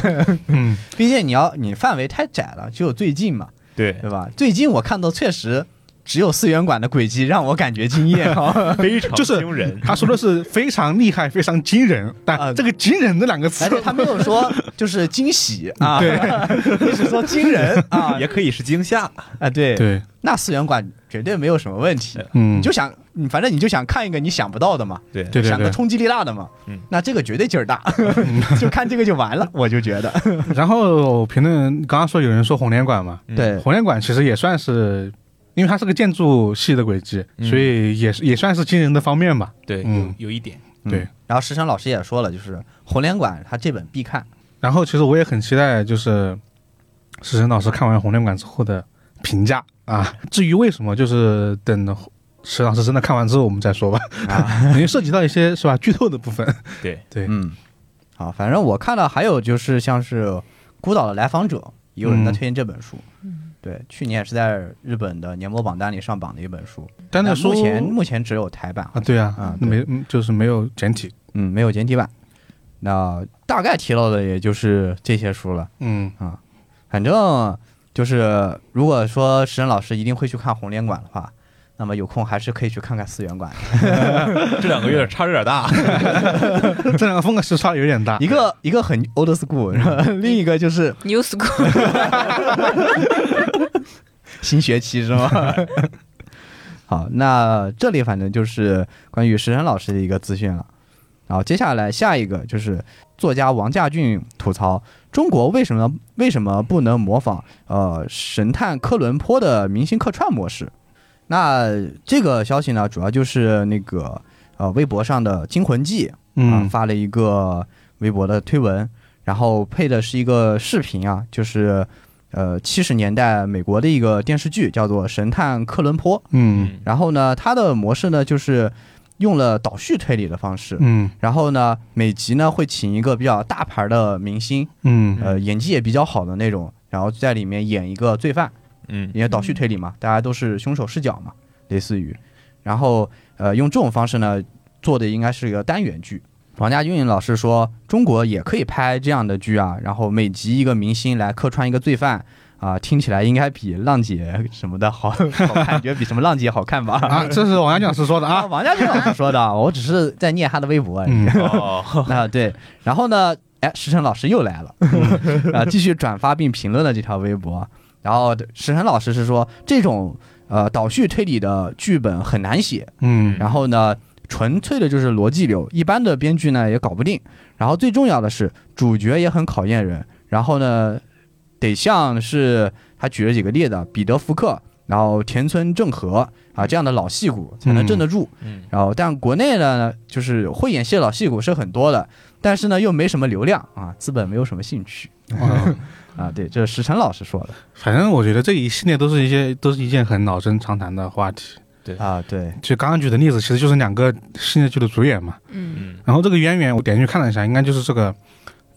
A: 嗯，
E: 毕竟你要你范围太窄了，只有最近嘛，
B: 对，！
E: 对吧？最近我看到确实只有四元馆的轨迹让我感觉惊艳啊
B: 非常
A: 就是
B: 惊人。
A: 他说的是非常厉害，非常惊人，
E: 啊
A: 但这个“惊人”这两个词
E: 而，且他没有说就是惊喜啊，对， 你只说惊人 啊
B: 也可以是惊吓，
E: 啊，对，
A: 对，
E: 那四元馆绝对没有什么问题，
A: 嗯，
E: 你就想你反正你就想看一个你想不到的嘛，
B: 对
A: 对对
E: 想个
A: 对。嗯
E: 冲击力大的嘛，
B: 嗯
E: 那这个绝对劲儿大， 就看这个就完了，我就觉得，
A: 然后评论刚刚说有人说红莲馆嘛，
B: 嗯
E: 对，
A: 红莲馆其实也算是，因为它是个建筑系的轨迹，
B: 嗯
A: 所以也是也算是惊人的方面吧。
B: 对，有
A: 嗯
B: 有一点，
A: 对
E: 嗯然后石晨老师也说了，就是红莲馆他这本必看，
A: 然后其实我也很期待，就是石晨老师看完《红莲馆》之后的评价啊。至于为什么，就是等石老师真的看完之后我们再说吧。 啊，因为涉及到一些是吧剧透的部分。
B: 对
A: 对，
E: 嗯，好，反正我看到还有就是像是孤岛的来访者，也有人
A: 嗯
E: 在推荐这本书，对，去年也是在日本的年末榜单里上榜的一本书，
A: 但那书
E: 目前目前只有台版，
A: 啊，对啊，
E: 啊
A: 那没嗯就是没有简体。
E: 嗯，没有简体版。那大概提到的也就是这些书了，
A: 嗯
E: 反正就是如果说石晨老师一定会去看红莲馆的话。那么有空还是可以去看看四元馆 的，
B: 这两个有点差有点大，
A: 这两个风格时差有点大
E: 一。个一个很 old school，然后另一个就是
D: New School，
E: 新学期是吗？好，那这里反正就是关于石晨老师的一个资讯了。然后接下来下一个就是作家王家俊吐槽中国为什么为什么不能模仿呃神探科伦坡的明星客串模式？那这个消息呢，主要就是那个呃微博上的《惊魂记》啊、
A: 嗯，
E: 发了一个微博的推文，然后配的是一个视频啊，就是呃七十年代美国的一个电视剧，叫做《神探科伦坡》。
A: 嗯
E: 然后呢，它的模式呢就是用了倒叙推理的方式。
A: 嗯
E: 然后呢，每集呢会请一个比较大牌的明星，
A: 嗯
E: 呃，演技也比较好的那种，然后在里面演一个罪犯，
B: 嗯
E: 因为倒叙推理嘛，大家都是凶手视角嘛，类似于，然后呃，用这种方式呢做的应该是一个单元剧。王家俊老师说，中国也可以拍这样的剧啊，然后每集一个明星来客串一个罪犯啊、听起来应该比浪姐什么的好好看，你觉得比什么浪姐好看吧？
A: 啊，这是王家俊老师说的
E: 啊，
A: 啊，
E: 王家俊老师说的，我只是在念他的微博而已。
A: 嗯
B: 哦，
E: 啊，对，然后呢，哎，石晨老师又来了， 啊，继续转发并评论了这条微博。然后石晨老师是说，这种呃倒叙推理的剧本很难写，
A: 嗯
E: 然后呢，纯粹的就是逻辑流，一般的编剧呢也搞不定。然后最重要的是，主角也很考验人。然后呢，得像是他举了几个例子，彼得福克，然后田村正和啊这样的老戏骨才能镇得住。
B: 嗯
E: 然后，但国内呢，就是会演戏的老戏骨是很多的，但是呢又没什么流量啊，资本没有什么兴趣
A: 啊
E: 啊。对，这是石晨老师说
A: 反正我觉得这一系列都是一些都是一件很老生常谈的话题。
E: 的啊。对，
A: 就刚刚举的例子，其实就是两个系列剧的主演嘛。
D: 嗯
B: 嗯
A: 然后这个渊源我点进去看了一下，应该就是这个，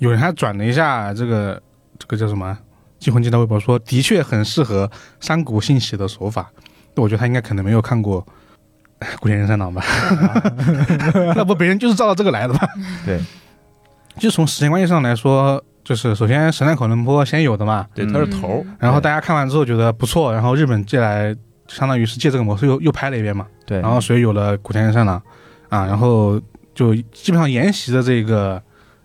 A: 有人还转了一下这个这个叫什么《惊魂记》的微博说，的确很适合山谷信息的手法。我觉得他应该可能没有看过《古田任三郎》吧，那不别人就是照着这个来的吧？
E: 对，
A: 就从时间关系上来说，就是首先《神探口伦坡》先有的嘛，
B: 对，
E: 嗯
B: 他是头儿，
A: 然后大家看完之后觉得不错，然后日本借来相当于是借这个模式又又拍了一遍嘛。
E: 对，
A: 然后所以有了古田任三郎啊，然后就基本上沿袭着这个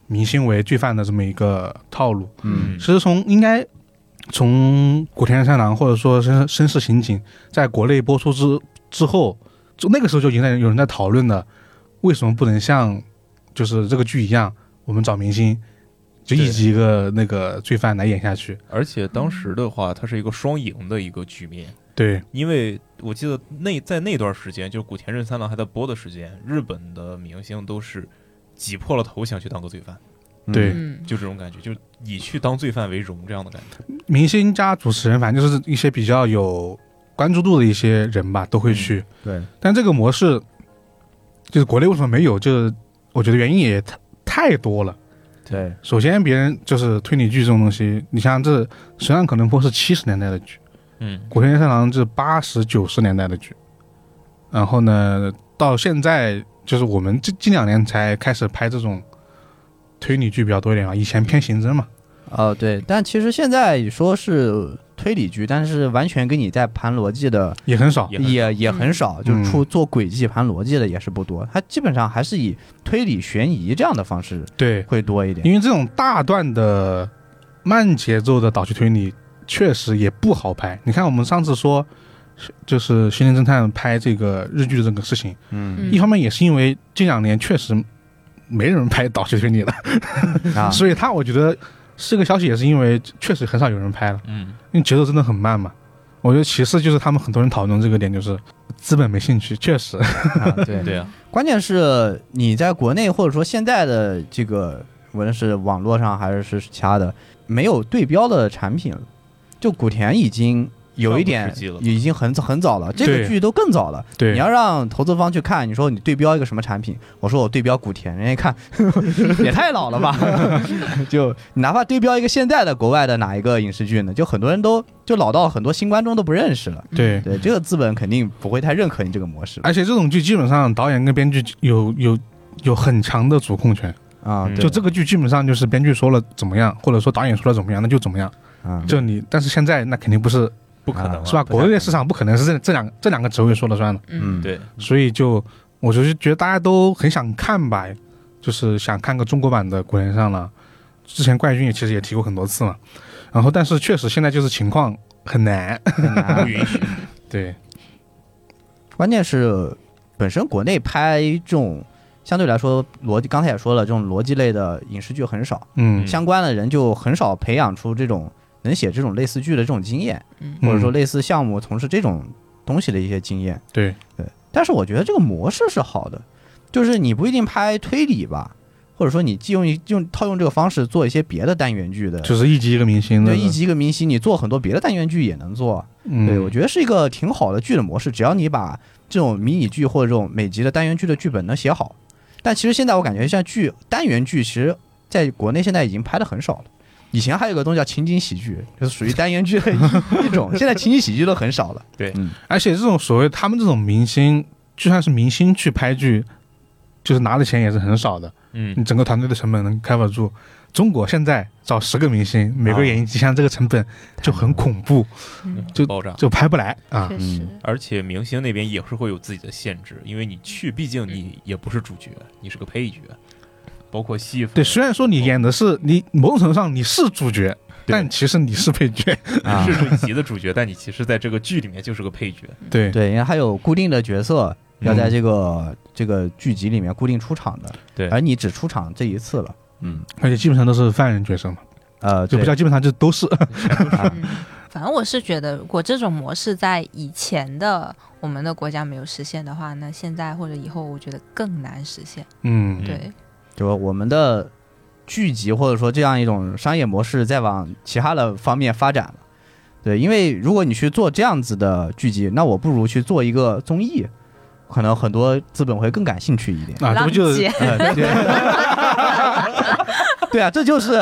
A: 明星为罪犯的这么一个套路。
E: 嗯
A: 其实从应该从古田任三郎或者说绅绅士刑警在国内播出之之后，就那个时候就已经在有人在讨论了，为什么不能像就是这个剧一样，我们找明星就一集一个那个罪犯来演下去？
B: 而且当时的话，它是一个双赢的一个局面，
A: 对，
B: 因为我记得那在那段时间，就是古田任三郎还在播的时间，日本的明星都是挤破了头想去当个罪犯，
A: 对
D: 嗯
B: 就这种感觉，就是以去当罪犯为荣这样的感觉。
A: 明星加主持人，反正就是一些比较有关注度的一些人吧，都会去。
E: 对，
A: 但这个模式就是国内为什么没有？就是我觉得原因也太太多了。
E: 对，
A: 首先，别人就是推理剧这种东西，你像这《神探可能坡》是七十年代的剧，
B: 嗯
A: 《古田任三郎》是八十九十年代的剧，然后呢，到现在就是我们这近两年才开始拍这种推理剧比较多一点啊，以前偏刑侦嘛，
E: 哦，对，但其实现在说是推理剧，但是完全跟你在盘逻辑的
A: 也很少。
B: 也很
E: 也也很少，就
A: 嗯
E: 出做轨迹盘逻辑的也是不多，它基本上还是以推理悬疑这样的方式
A: 对，
E: 会多一点。
A: 因为这种大段的慢节奏的倒叙推理确实也不好拍。你看我们上次说，就是《心灵侦探》拍这个日剧的这个事情，
E: 嗯
D: 嗯
A: 一方面也是因为近两年确实没人拍倒叙推理了，
E: 啊，
A: 所以他我觉得这个消息也是因为确实很少有人拍了，
B: 嗯，
A: 因为节奏真的很慢嘛。我觉得其次就是他们很多人讨论这个点，就是资本没兴趣，确实，
E: 啊对
B: 对啊，
E: 关键是你在国内或者说现在的这个，无论是网络上还是是其他的，没有对标的产品了。就古田已经有一
B: 上
E: 点
B: 个世纪了，
E: 已经很早很早了，这
A: 对
E: 个剧都更早了。
A: 对，
E: 你要让投资方去看，你说你对标一个什么产品，我说我对标古田，人家一看 也太老了吧， 就你哪怕对标一个现在的国外的哪一个影视剧呢，就很多人都就老到很多新观众都不认识了。
A: 对。
E: 对，这个资本肯定不会太认可你这个 模式
A: 而且这种剧基本上导演跟编剧有有有很强的主控权，
E: 啊，
B: 嗯
E: 对
A: 就这个剧基本上就是编剧说了怎么样，或者说导演说了怎么样，那就怎么样。
E: 啊，
A: 就你，但是现在那肯定不是，
B: 不可能
A: 是吧？
B: 啊
A: 国内的市场不可能是这这两这两个职位说了算的，
D: 嗯
B: 对，
A: 所以就我就是觉得大家都很想看吧，就是想看个中国版的《古人上了。之前冠军也其实也提过很多次嘛，然后但是确实现在就是情况很难，
E: 很难
B: 不允许。
A: 对，
E: 关键是本身国内拍这种相对来说逻辑，刚才也说了，这种逻辑类的影视剧很少，
A: 嗯
E: 相关的人就很少培养出这种能写这种类似剧的这种经验，
D: 嗯
E: 或者说
A: 嗯
E: 类似项目从事这种东西的一些经验。
A: 对，
E: 但是我觉得这个模式是好的，就是你不一定拍推理吧，或者说你既用一用套用这个方式做一些别的单元剧的，
A: 就是一集一个明星的，
E: 对一集一个明星，你做很多别的单元剧也能做。
A: 嗯，
E: 对，我觉得是一个挺好的剧的模式，只要你把这种迷你剧或者这种每集的单元剧的剧本能写好。但其实现在我感觉像剧单元剧，其实在国内现在已经拍的很少了。以前还有一个东西叫情景喜剧，就是属于单元剧的一 一种，现在情景喜剧都很少了。
A: 而且这种所谓他们这种明星，就算是明星去拍剧，就是拿的钱也是很少的，
B: 嗯
A: 你整个团队的成本能 cover 住。中国现在找十个明星，每个
B: 啊
A: 演艺像这个成本就很恐怖，
D: 嗯，
A: 就
B: 爆炸。
A: 就拍不来啊。
D: 确实，
B: 而且明星那边也是会有自己的限制，因为你去，毕竟你也不是主角，你是个配角，包括戏份。
A: 对，虽然说你演的是你某种程度上你是主角，
B: 对
A: 但其实你是配角。
E: 啊
B: 你是主席的主角，但你其实在这个剧里面就是个配角。
A: 对，
E: 对，因为还有固定的角色嗯要在
A: 嗯
E: 这个、这个剧集里面固定出场的，
B: 对
E: 而你只出场这一次了，
B: 嗯，
A: 而且基本上都是犯人角色嘛，
E: 呃，
A: 就
E: 对啊
A: 不叫基本上就都是。
D: 嗯，反正我是觉得，如果这种模式在以前的我们的国家没有实现的话，那现在或者以后，我觉得更难实现。
A: 嗯，
D: 对，
E: 就我们的剧集或者说这样一种商业模式在往其他的方面发展了。对，因为如果你去做这样子的剧集，那我不如去做一个综艺，可能很多资本会更感兴趣一点。
A: 啊，这
D: 浪
A: 不就是
D: 姐，
E: 呃对对啊，这就是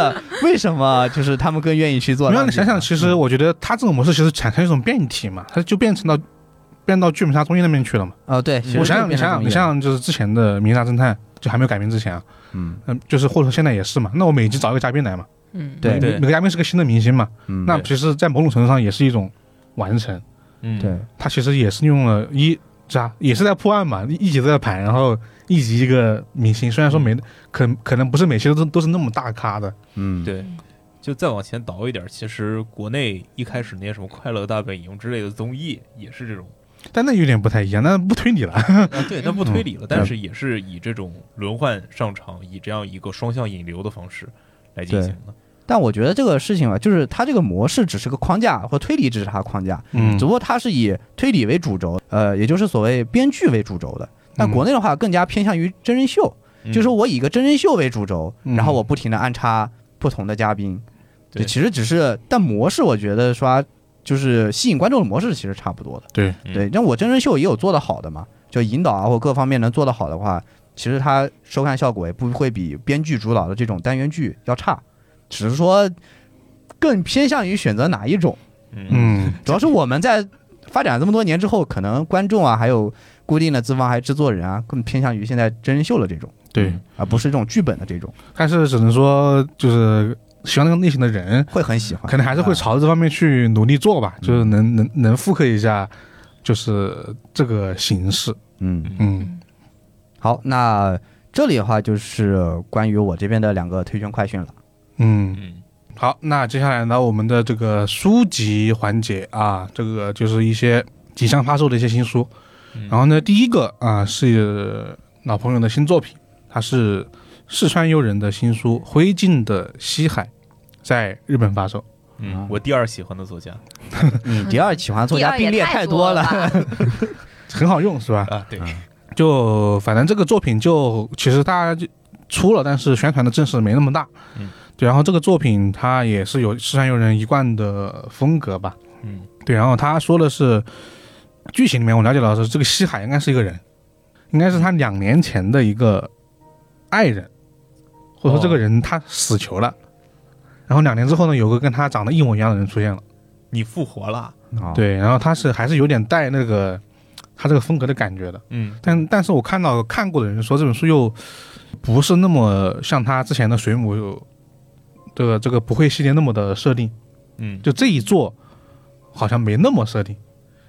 E: 为什么就是他们更愿意去做。
A: 没有，你想想，其实
E: 嗯
A: 我觉得它这种模式其实产生一种变体嘛，它就变成到变到剧本杀综艺那边去了嘛。
E: 啊、呃对，其实
A: 我想想，
E: 就
A: 你
E: 变成
A: 想想，你
E: 综艺了
A: 想，想，就是之前的《名侦探侦探》就还没有改名之前啊，
E: 嗯
A: 嗯，就是或者说现在也是嘛。那我每集找一个嘉宾来嘛，
D: 嗯，
E: 对
A: 每每个嘉宾是个新的明星嘛，
E: 嗯，
A: 那其实，在某种程度上也是一种完成。
B: 嗯，
E: 对，
A: 它其实也是用了一是啊，也是在破案嘛，一一集都在盘，然后一集一个明星，虽然说每可可能不是每期都都是那么大咖的，
E: 嗯，
B: 对，就再往前倒一点，其实国内一开始那些什么《快乐大本营》之类的综艺也是这种，
A: 但那有点不太一样，那不推理了。
B: 啊对，那不推理了，
E: 嗯
B: 但是也是以这种轮换上场，以这样一个双向引流的方式来进行的。
E: 但我觉得这个事情吧，啊就是它这个模式只是个框架，或推理只是它的框架，
A: 嗯
E: 只不过它是以推理为主轴，呃，也就是所谓编剧为主轴的。但国内的话更加偏向于真人秀，
B: 嗯
E: 就是我以一个真人秀为主轴，
A: 嗯
E: 然后我不停的安插不同的嘉宾，
B: 对
E: 其实只是，但模式我觉得说啊就是吸引观众的模式其实差不多的。
A: 对
B: 嗯
E: 对，那我真人秀也有做得好的嘛，就引导啊或各方面能做得好的话，其实它收看效果也不会比编剧主导的这种单元剧要差，只是说更偏向于选择哪一种。
B: 嗯
A: 嗯，
E: 主要是我们在发展这么多年之后，可能观众啊，还有固定的资方还有制作人啊，更偏向于现在真人秀的这种，
A: 对，
E: 而不是这种剧本的这种，
A: 但是只能说就是喜欢那个类型的人，
E: 会很喜欢。嗯
A: 可能还是会朝着这方面去努力做吧，就是能能能复刻一下，就是这个形式。
E: 嗯，
A: 嗯
E: 好，那这里的话就是关于我这边的两个推荐 快讯了。
A: 嗯，
B: 嗯
A: 好，那接下来呢，我们的这个书籍环节啊，这个就是一些即将发售的一些新书。
B: 嗯
A: 然后呢，第一个啊是老朋友的新作品，它是四川悠人的新书《灰烬的西海》，在日本发售。
E: 啊
B: 嗯，我第二喜欢的作家
E: 嗯，第二喜欢作
D: 第
E: 家
D: 二也
E: 并列
D: 太
E: 多
D: 了
E: 了。
D: 吧，
A: 很好用是吧？
B: 啊，对，
E: 嗯
A: 就反正这个作品就其实大家就出了，但是宣传的阵势没那么大。
B: 嗯，
A: 对。然后这个作品它也是有四川悠人一贯的风格吧。
B: 嗯，
A: 对。然后他说的是剧情里面我了解到的是这个西海应该是一个人，应该是他两年前的一个爱人，或者说这个人他死囚了。然后两年之后呢，有个跟他长得一模一样的人出现了，
B: 你复活了，
E: 啊，
A: 对，然后他是还是有点带那个他这个风格的感觉的，
B: 嗯
A: 但但是我看到看过的人说这本书又不是那么像他之前的水母有这个这个不会系列那么的设定，
B: 嗯，
A: 就这一作好像没那么设定。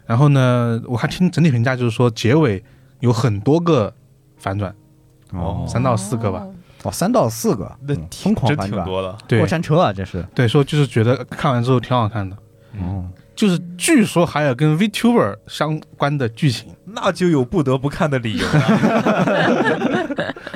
A: 然后呢，我看听整体评价就是说结尾有很多个反转，
E: 哦，
A: 三到四个吧。
D: 哦。
E: 哦，三到四个，
B: 那
E: 嗯疯狂
B: 真
E: 翻
B: 挺
E: 转，
B: 多的，
A: 对
E: 过山车啊，这是。
A: 对，说就是觉得看完之后挺好看的，
B: 嗯
E: 哦，
A: 就是据说还有跟 VTuber 相关的剧情，
B: 那就有不得不看的理由了。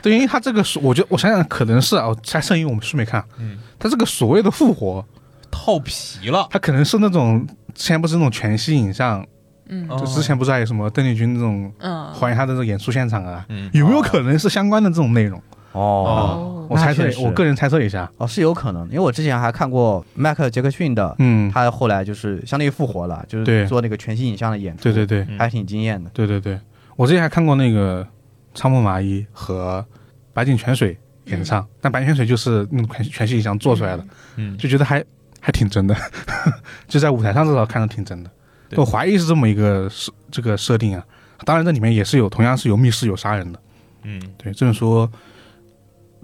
A: 对，因为他这个所，我觉得我想想，可能是啊，我猜圣因为我们书没看，
B: 嗯，
A: 他这个所谓的复活，
B: 套皮了，
A: 他可能是那种之前不是那种全息影像，
D: 嗯
B: 哦
A: 就之前不是还有什么邓丽君那种
D: 嗯，
A: 还原他的这个演出现场啊，
B: 嗯，
A: 有没有可能是相关的这种内容？
E: 哦
D: 哦
A: 我猜测
E: 那确，实
A: 我个人猜测一下，
E: 哦，是有可能，因为我之前还看过迈克尔·杰克逊的，
A: 嗯，
E: 他后来就是相当于复活了，就
A: 对
E: 是做那个全息影像的演出，
A: 对对对
B: 嗯
E: 还挺惊艳的。
A: 对对对，我之前还看过那个仓木麻衣和白井泉水演唱，但白井泉水就是那种全全息影像做出来的，
B: 嗯，
A: 就觉得还还挺真的， 就在舞台上至少看着挺真的。
B: 对
A: 我怀疑是这么一个设这个设定啊，当然这里面也是有同样是有密室有杀人的，
B: 嗯，
A: 对，这么说，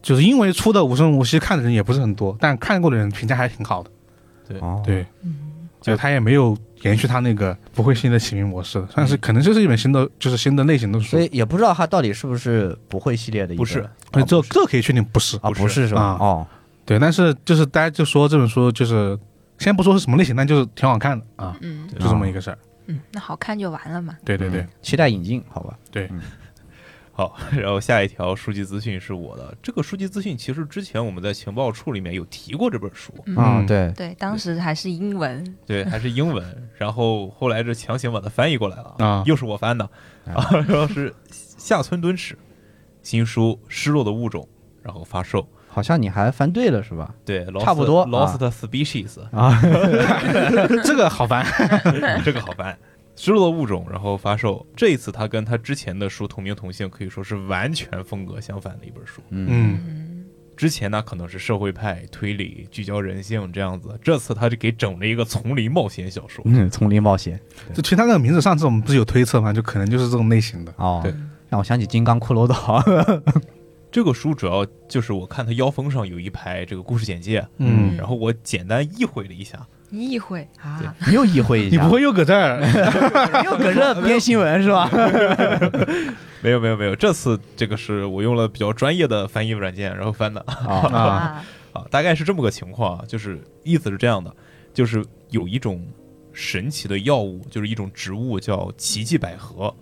A: 就是因为出的无声无息看的人也不是很多，但看过的人评价还挺好的，
B: 对
E: 哦，
A: 对，就他也没有延续他那个不会新的起名模式，算是
B: 嗯
A: 可能就是一本新的就是新的类型的书
E: 所，以也不知道他到底是不是不会系列的一个，
B: 不是
A: 所以这这可以确定不是，
E: 啊，
B: 不是
E: 不是是吧
A: 啊？
E: 哦，
A: 对，但是就是大家就说这本书就是先不说是什么类型，但就是挺好看的啊，
D: 嗯
A: 就这么一个事儿，
D: 嗯，那好看就完了嘛。
A: 对对对，
E: 嗯，期待引进，好吧？
B: 好，然后下一条书籍资讯是我的。这个书籍资讯其实之前我们在情报处里面有提过这本书，
A: 嗯
E: 嗯，对，
D: 对，当时还是英文，
B: 对，还是英文。然后后来这强行把它翻译过来了
A: 啊
B: 又是我翻的
E: 哎
B: 啊， 然后是下村敦史新书《失落的物种》，然后发售。
E: 好像你还翻对了是吧？
B: 对，Lost-
E: 差不多啊
B: Lost Species，
E: 啊，
A: 这个好烦，
B: 这个好翻。失落的物种，然后发售。这一次，它跟它之前的书同名同姓，可以说是完全风格相反的一本书。
E: 嗯，
A: 嗯。
D: 嗯
B: 之前呢，可能是社会派推理、聚焦人性这样子，这次它就给整了一个丛林冒险小说。
E: 嗯， 丛林冒险
A: 就其他那个名字，上次我们不是有推测嘛，就可能就是这种类型的。
E: 哦，
B: 对，
E: 让我想起《金刚骷髅岛》
B: 这个书主要就是我看它腰封上有一排这个故事简介，
A: 嗯
B: 然后我简单意会了一下，
D: 议会啊，
E: 你又意会一
A: 你
E: 下，
A: 不会又搁这儿？
E: 你又搁这编新闻是吧？
B: 没有没有没有，这次这个是我用了比较专业的翻译软件，然后翻的
E: 啊，
A: 啊，
D: 啊，
B: 啊，大概是这么个情况啊，就是意思是这样的，就是有一种神奇的药物，就是一种植物叫奇迹百合，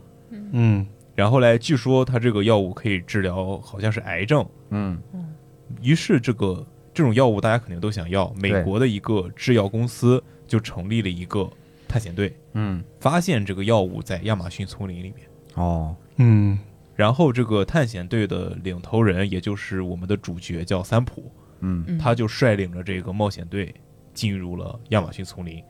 A: 嗯
B: 然后来据说它这个药物可以治疗好像是癌症，
E: 嗯，
B: 于是这个这种药物大家肯定都想要，美
E: 对
B: 国的一个制药公司就成立了一个探险队，
E: 嗯，
B: 发现这个药物在亚马逊丛林里面。
E: 哦，
A: 嗯
B: 然后这个探险队的领头人，也就是我们的主角叫三浦，
E: 嗯
D: 嗯
B: 他就率领着这个冒险队进入了亚马逊丛林。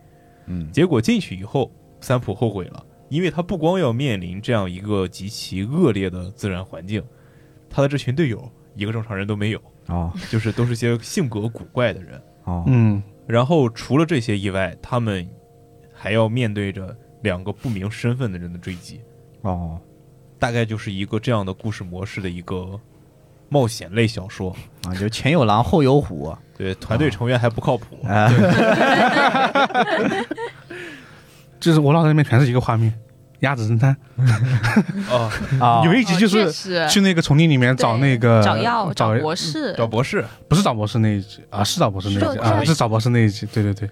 E: 嗯，
B: 结果进去以后，三浦后悔了，因为他不光要面临这样一个极其恶劣的自然环境，他的这群队友一个正常人都没有，
E: 哦
B: 就是都是些性格古怪的人。
E: 哦，
A: 嗯
B: 然后除了这些以外，他们还要面对着两个不明身份的人的追击。
E: 哦，
B: 大概就是一个这样的故事模式的一个冒险类小说。
E: 啊，就前有狼后有虎，
A: 啊
B: 对，团队成员还不靠谱，
E: 啊，
A: 就是我脑袋里面全是一个画面，鸭子侦探。
B: 哦，
E: 啊
A: 有一集就
D: 哦确
A: 是
D: 实
A: 去那个丛林里面找那个嗯
D: 找药
A: 找
D: 博士，嗯
B: 找博士。
A: 不是找博士那一集啊，是找博士那一集
D: 是
A: 啊，
D: 是
A: 是找博士那一集。对对对，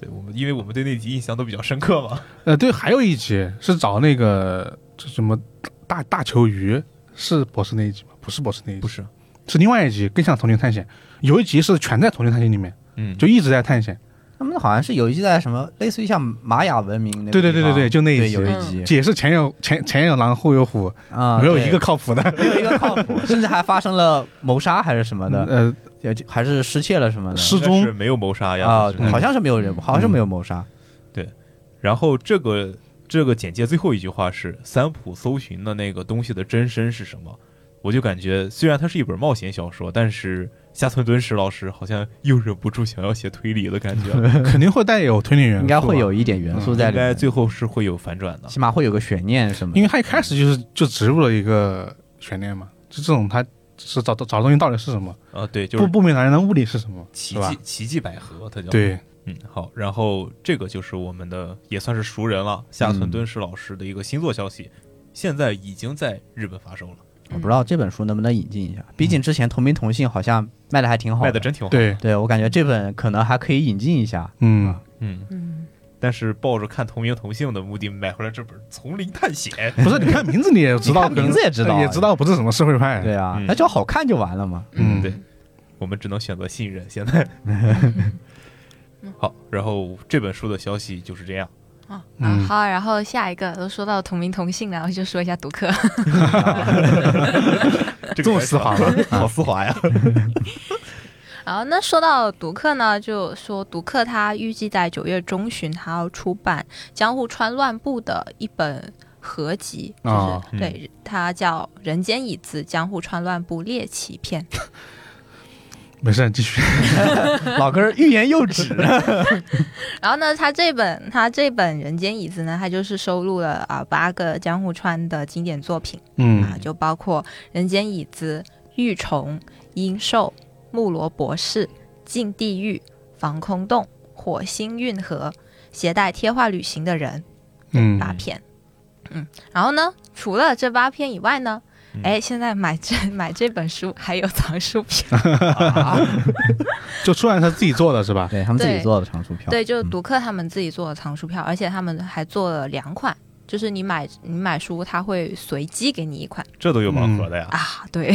B: 对我们，因为我们对那集印象都比较深刻嘛。
A: 呃，对，还有一集是找那个这什么大大球鱼，是博士那一集吗？不是博士那一集，
B: 是，
A: 是另外一集，更像丛林探险。有一集是全在丛林探险里面，
B: 嗯，
A: 就一直在探险，
E: 他们好像是有一集在什么，类似于像玛雅文明那个地方，
A: 对对对对对就那一
E: 对
A: 集
E: 有一集
A: 解释前有前前有狼后有虎，
E: 啊，
A: 没有
E: 对
A: 一个靠谱的。
E: 没有一个靠 谱，甚至还发生了谋杀还是什么的，
A: 呃，
E: 也就还是失窃了什么的，
A: 失
B: 应该
A: 踪嗯
B: 是没有谋杀呀。
E: 啊
B: 就是，
E: 好像是没有人，好像是没有谋杀，
B: 然后这个这个简介最后一句话是三浦搜寻的那个东西的真身是什么？我就感觉虽然它是一本冒险小说，但是下村敦史老师好像又忍不住想要写推理的感 觉了。
A: 肯定会带有推理元素，啊
E: 应该会，有一点元
A: 嗯
E: 素在
B: 应
E: 里
B: 该
E: 面，
B: 最后是会有反转的。
E: 起码会有个悬念什么
A: 因
E: 的，
A: 为他一开始就是就植入了一个悬念嘛，就这种他是找找找东西到底是什么，
B: 啊，对，就是
A: 不不明来源的物理是什么，
B: 奇
A: 是吧
B: 迹奇迹百合，它叫
A: 对，
B: 嗯好。然后这个就是我们的也算是熟人了，下村敦史老师的一个新作消息，现在已经在日本发售了，
E: 我不知道这本书能不能引进一下，毕竟之前同名同姓好像卖的还挺好，
B: 哦卖的真挺好。
A: 对，
E: 对我感觉这本可能还可以引进一下，
A: 嗯，，
B: 嗯，
D: 嗯，
B: 但是抱着看同名同姓的目的买回来这本《丛林探险》
A: 不是，你看名字你也 知道，
C: 你看名字也知道啊
E: 啊
A: 可能也知道不是什么社会派。
C: 对啊
B: 嗯，
C: 那只要好看就完了 嘛。
A: 嗯
B: 对，我们只能选择信任。现在， 好，然后这本书的消息就是这样。
D: 啊、
A: 嗯
D: 啊好，然后下一个都说到同名同姓了，然后就说一下读客。
B: 这个
A: 么丝
C: 啊
A: 滑
B: 吗？好丝滑呀！
D: 然后那说到读客呢，就说读客他预计在九月中旬，他要出版江户川乱步的一本合集，就是、
A: 啊
B: 嗯
D: 对，它叫《人间椅子：江户川乱步猎奇篇》。
A: 没事，继续。
C: 老根儿欲言又 止，啊
D: 然后呢，他这本他这本《人间椅子》呢，它就是收录了啊八个江户川的经典作品
A: 嗯
D: 啊，就包括《人间椅子》《玉虫》《阴兽》《木罗博士》《进地狱》《防空洞》《火星运河》《携带贴画旅行的人》
A: 嗯
D: 八篇。嗯，然后呢，除了这八篇以外呢，
B: 嗯
D: 哎，现在买这 买这本书还有藏书票。
A: 就虽然他自己做的是吧？
C: 对他们自己
D: 对
C: 做的长书票，
D: 对，就是
A: 嗯
D: 读客他们自己做的藏书票，而且他们还做了两款，就是你买你买书，他会随机给你一款
B: 这都有盲盒的呀，
D: 啊，对，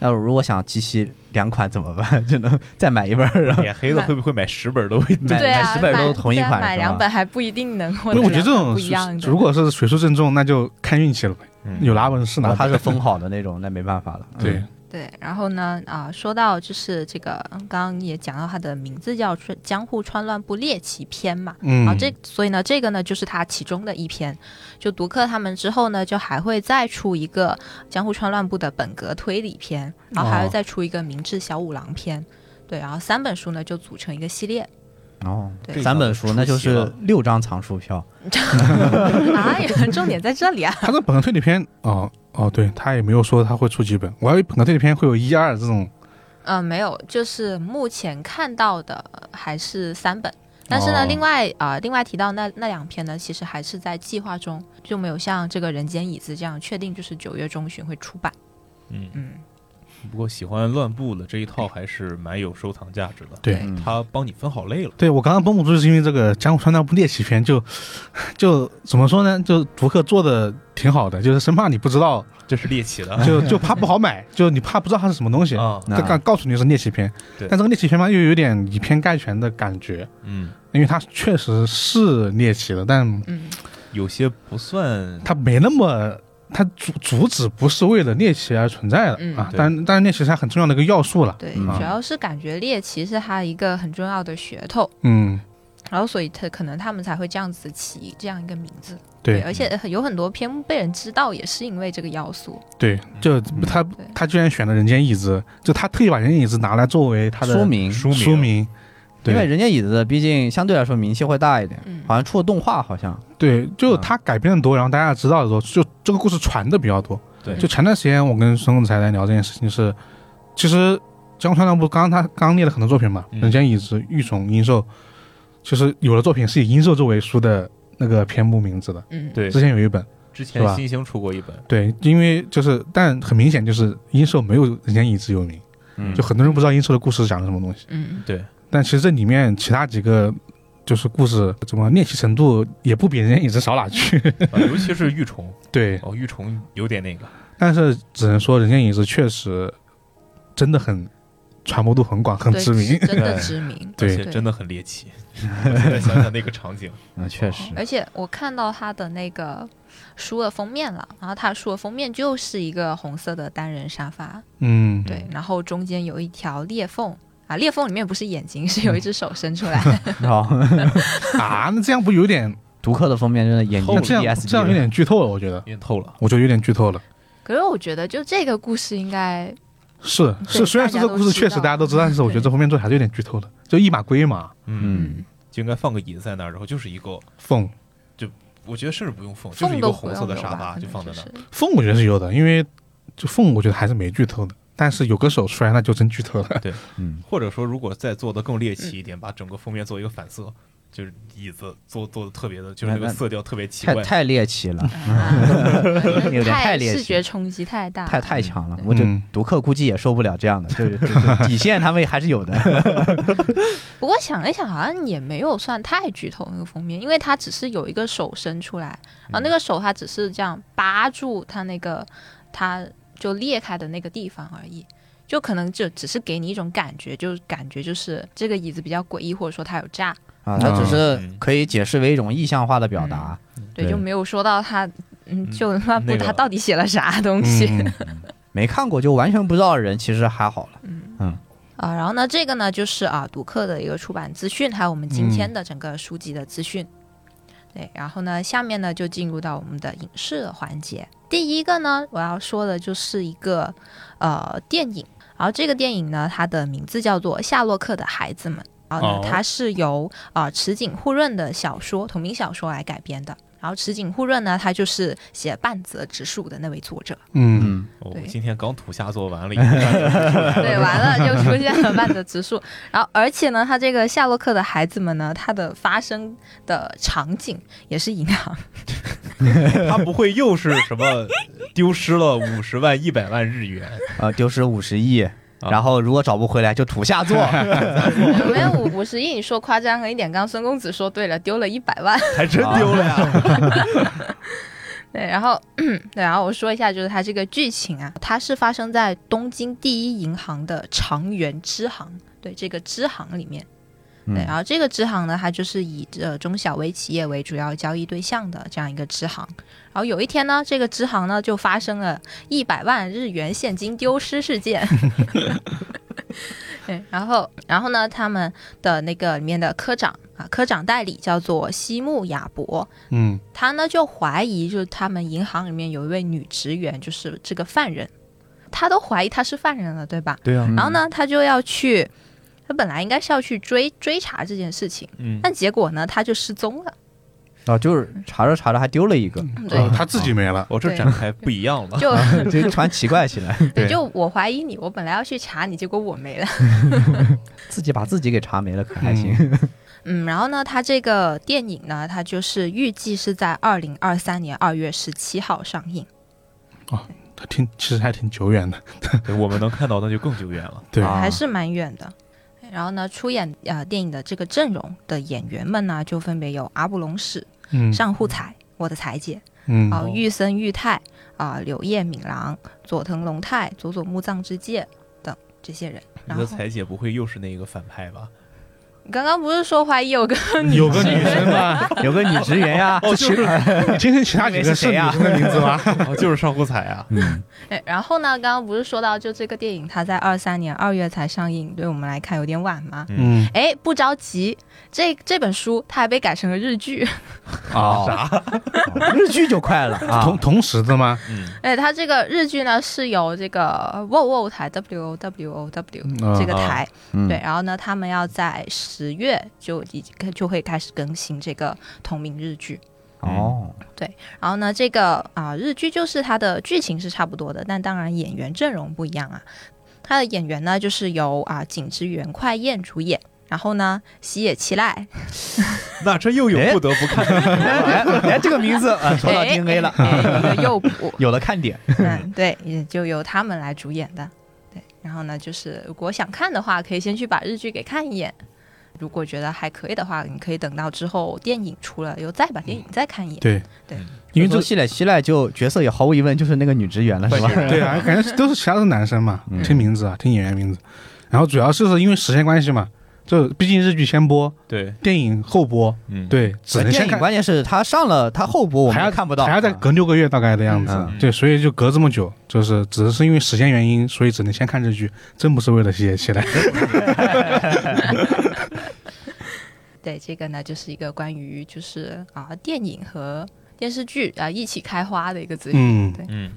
C: 要如果想集齐两款怎么办？就能再买一本儿，然
E: 嗯
C: 后
B: 脸哎黑的会不会买十本都会？
C: 买
D: 对啊，
C: 买10本
D: 买
C: 都同一
D: 对啊
C: 款
D: 买
C: 是
D: 两
C: 吧
D: 本还不一定能获
A: 因
D: 得
A: 为我觉得这
D: 两
A: 种
D: 本不一样
A: 水
D: 的。
A: 如果是水树正中，那就看运气了呗，
B: 嗯
A: 有哪本是哪
C: 哪怕
A: 本。
C: 是封好的那种，那没办法了。
A: 对，
D: 对，然后呢，啊、说到就是这个，刚刚也讲到它的名字叫《江户川乱步猎奇篇》嘛，
A: 嗯
D: 好，这所以呢，这个呢就是它其中的一篇。就读客他们之后呢，就还会再出一个江户川乱步的本格推理篇，然后还
A: 哦
D: 会再出一个明治小五郎篇。对，然后三本书呢就组成一个系列
C: 哦
D: 对，
C: 三本书那就
B: 这个
C: 是
B: 出
C: 六张藏书票，
D: 啊，也重点在这里 啊。
A: 他这本科推理片，哦哦，对他也没有说他会出几本，我还以为本科推理片会有一二这种。
D: 呃，没有，就是目前看到的呃还是三本，但是呢，
A: 哦
D: 另外啊、呃另外提到那那两篇呢，其实还是在计划中，就没有像这个人间椅子这样确定，就是九月中旬会出版。
B: 嗯，
D: 嗯，
B: 不过喜欢乱步的这一套还是蛮有收藏价值的，
A: 对
C: 嗯
B: 它帮你分好类了。
A: 对我刚刚绷不住，就是因为这个江户川那部猎奇片就， 就怎么说呢？就读客做的挺好的，就是生怕你不知道，
B: 这是嗯猎奇的
A: 就就怕不好 买，就你怕不知道它是什么东西。
B: 啊，
A: 他告告诉你是猎奇片，
B: 对
A: 但这个猎奇片嘛又有点以偏概全的感觉，
B: 嗯，
A: 因为它确实是猎奇的，但
D: 嗯，
B: 有些不算
A: 它没那么，它主主旨不是为了猎奇而存在的、
D: 嗯
A: 啊。
B: 对
A: 但但是猎奇是它很重要的一个要素了，
D: 对，
C: 嗯
D: 主要是感觉猎奇是它一个很重要的噱头，
A: 嗯，
D: 然后所以它可能他们才会这样子起这样一个名字。
A: 对嗯
D: 而且有很多篇目被人知道，也是因为这个要素。
A: 对，就
C: 嗯
A: 他
D: 对
A: 他居然选了《人间椅子》，就他特意把《人间椅子》拿来作为他的
C: 书名，
B: 书名
A: 书名，
C: 因为
A: 对
C: 人家椅子毕竟相对来说名气会大一点，
D: 嗯
C: 好像出了动画，好像
A: 对，就他改编的多，然后大家知道的多，就这个故事传的比较多。
B: 对
A: 就前段时间我跟孙总才来聊这件事情是，其实江户川乱步刚刚他刚列了很多作品嘛，
B: 嗯
A: 人间椅子》《玉宠》《阴兽》，其实有的作品是以《阴兽》作为书的那个篇目名字的，
D: 嗯，
B: 对
A: 之前有一本。
B: 之
A: 是
B: 前
A: 吧
B: 新星出过一本，
A: 对，因为就是，但很明显就是《阴兽》没有《人间椅子》有名，
B: 嗯
A: 就很多人不知道《阴兽》的故事是讲的什么东西。
D: 嗯，
B: 对，
A: 但其实这里面其他几个就是故事，怎么练习程度也不比人家影子少哪 去。
B: 啊尤其是玉 虫，
A: 对，
B: 哦，玉虫有点那个，
A: 但是只能说人家影子确实真的很传播度很广，很
D: 对
A: 知名
D: 是。真 的
B: 对
D: 知名。
B: 而
A: 对
B: 且真的很猎奇。 我现在想想那个场景，
C: 嗯，确实
D: 哦而且我看到它的那个书的封面了，然后它书的封面就是一个红色的单人沙发，
A: 嗯，
D: 对，然后中间有一条裂缝啊，裂缝里面不是眼睛，
A: 嗯
D: 是有一只手伸出来。
C: 然后
A: 啊，那这样不有点，
C: 读客的封面真的，E 眼睛
A: 那这样
C: ESG
A: 啊这样有点剧透了，我觉得，
B: 因为透了，
A: 我觉得有点剧透了。
D: 可是我觉得，就这个故事应该
A: 是是，
D: 对
A: 虽然说这
D: 大家都
A: 个故事
D: 知
A: 确实
D: 道
A: 大家都知道，但是我觉得
D: 对
A: 这方面做还是有点剧透的，就一码归一码，
B: 嗯，
C: 嗯，
B: 就应该放个椅子在那儿，然后就是一个，
A: 缝
B: 我觉得甚至不用放，就是
D: 缝
B: 一
D: 都
B: 个
D: 不
B: 红
D: 用
B: 色的
D: 有
B: 沙发
D: 吧可
B: 就
D: 能
B: 放在那
D: 是
B: 儿，
A: 缝我觉得是有的，因为就缝我觉得还是没剧透的，但是有个手出来那就真剧透了。
C: 嗯，
D: 嗯
B: 或者说如果再做的更猎奇一点，把整个封面做一个反色，就是椅子做做的特别的，就是那个
E: 那
B: 色调特别奇
E: 太
B: 怪。
E: 太猎奇了， 有点太
D: 啊太
E: 猎
D: 视
E: 奇
D: 觉冲击太大，
E: 太太强了，我这
A: 嗯
E: 读客估计也受不了这样的，就是 就是底线他们还是有的。
D: 不过想了一想，好像也没有算太剧透那个封面，因为它只是有一个手伸出来，然
E: 嗯
D: 后那个手它只是这样扒住它那个它就裂开的那个地方而已，就可能就只是给你一种感觉，就感觉就是这个椅子比较诡异，或者说它有诈，
E: 啊，它只是
B: 嗯
E: 可以解释为一种意象化的表达。
A: 嗯
D: 对，
E: 嗯对
D: 就没有说到它，嗯，
B: 嗯
D: 就那
B: 那
D: 部
B: 个
D: 它到底写了啥东西。
A: 嗯，
E: 没看过就完全不知道的人，其实还好了。
D: 啊，然后呢，这个呢就是啊，读客的一个出版资讯，还有我们今天的整个书籍的资讯。对，然后呢，下面呢就进入到我们的影视的环节。第一个呢，我要说的就是一个呃电影，然后这个电影呢，它的名字叫做《夏洛克的孩子们》，然后
B: 哦
D: 呢，它是由啊、呃、池井户润的小说同名小说来改编的。然后池井户润呢，他就是写半泽直树的那位作者。
A: 嗯，
E: 嗯，
B: 哦我
D: 对
B: 今天刚土下做 完了一个，
D: 对，完了就出现了半泽直树。然后，而且呢，他这个夏洛克的孩子们呢，他的发生的场景也是银行，
B: 他不会又是什么丢失了五十万、一百万 日元？
E: 呃，丢失五十
D: 啊
E: 亿，然后如果找不回来就土下 座。
D: 没有五五十亿，你说夸张了一点。刚刚孙公子说对了，丢了一百万。
B: 还真丢了呀！
D: 对，然后 对，然后我说一下，就是它这个剧情啊，它是发生在东京第一银行的长园支行，对这个支行里面。对，然后这个支行呢，它就是以呃中小微企业为主要交易对象的这样一个支行。然后有一天呢，这个支行呢就发生了一百万日元现金丢失事件。对，然后然后呢，他们的那个里面的科长啊，科长代理叫做西木雅博，
A: 嗯，
D: 他呢就怀疑，就是他们银行里面有一位女职员，就是这个犯人，他都怀疑他是犯人了，对吧？
B: 对
E: 嗯
B: 啊，
D: 然后呢，他就要去，他本来应该是要去追追查这件事情，
B: 嗯，
D: 但结果呢，他就失踪了。
E: 啊，就是查着查着还丢了 一个，
D: 对
A: 哦他自己没了，
B: 我这展开不一样了。
D: 就
E: 就突然奇怪起来，
D: 对，
A: 对
D: 就我怀疑你，我本来要去查你，结果我没了。
E: 自己把自己给查没了，可还行。
D: 嗯，然后呢，它这个电影呢，它就是预计是在二零二三年二月十七号上映。
A: 他挺其实还挺久远的，
B: 对我们能看到那就更久远了。
A: 对，
E: 啊
D: 还是蛮远的。然后呢，出演呃电影的这个阵容的演员们呢，就分别有阿布隆史、
A: 嗯
D: 上户彩、我的彩姐
A: 嗯
D: 啊、
B: 哦
D: 玉森裕太啊、柳叶敏郎、佐藤龙太、佐佐木藏之介等这些人。
B: 你
D: 然
B: 的
D: 后
B: 彩姐不会又是那个反派 吧？
D: 你刚刚不是说怀疑有个女
A: 有个
D: 性
A: 女生啊，
E: 有个女职员呀，啊
A: 哦，就是你听 听其他几个是女生的名字 吗？
B: 哦，就是上户彩啊。
E: 嗯，
D: 对，哎然后呢，刚刚不是说到就这个电影它在二三年二月才上映，对我们来看有点晚吗？
A: 嗯
D: 哎，不着急，这这本书它还被改成了日剧。
E: 啊，啥？日剧 就快了啊，
A: 嗯同同时的吗？
B: 嗯，
D: 哎，它这个日剧呢是由这个 WOW 台 W O W O W
A: 啊
D: 这个台、
E: 嗯
D: 对，，然后呢，他们要在十月就已经就会开始更新这个同名日剧。
E: 哦，
D: 然后呢，这个啊、日剧就是它的剧情是差不多的，但当然演员阵容不一样啊。它的演员呢就是由啊、井之原快彦主演，然后呢喜野 七濑，哎
B: 那这又有不得不看的。
E: 哎哎，这个名字啊，说到 DNA 了，
D: 哎哎一个诱捕，
E: 有了看点。
D: 嗯，对，也就由他们来主演的。对，然后呢，就是如果想看的话，可以先去把日剧给看一眼。如果觉得还可以的话，你可以等到之后电影出了，又再把电影
A: 嗯
D: 再看一眼。
A: 对
D: 对，
A: 因为
E: 这
A: 这
E: 系列系列就角色也毫无疑问就是那个女职员了，是吧？
A: 对啊，感觉都是其他都是男生嘛
E: 嗯，
A: 听名字啊，听演员名字，然后主要是因为时间关系嘛，就毕竟日剧先播，
B: 对，
A: 电影后播，
B: 嗯，
A: 对，只能
E: 电
A: 先
E: 影
A: 看，
E: 关键是她上了，她后播我
A: 还
E: 们
A: 要
E: 也看不到，
A: 还要再
E: 啊
A: 隔六个月大概的样子
E: 嗯，
A: 对，所以就隔这么久，就是只是因为时间原因，所以只能先看日剧，真不是为了写起来，
D: 对，这个呢就是一个关于就是啊电影和电视剧啊一起开花的一个资 讯。
A: 嗯
D: 对
B: 嗯，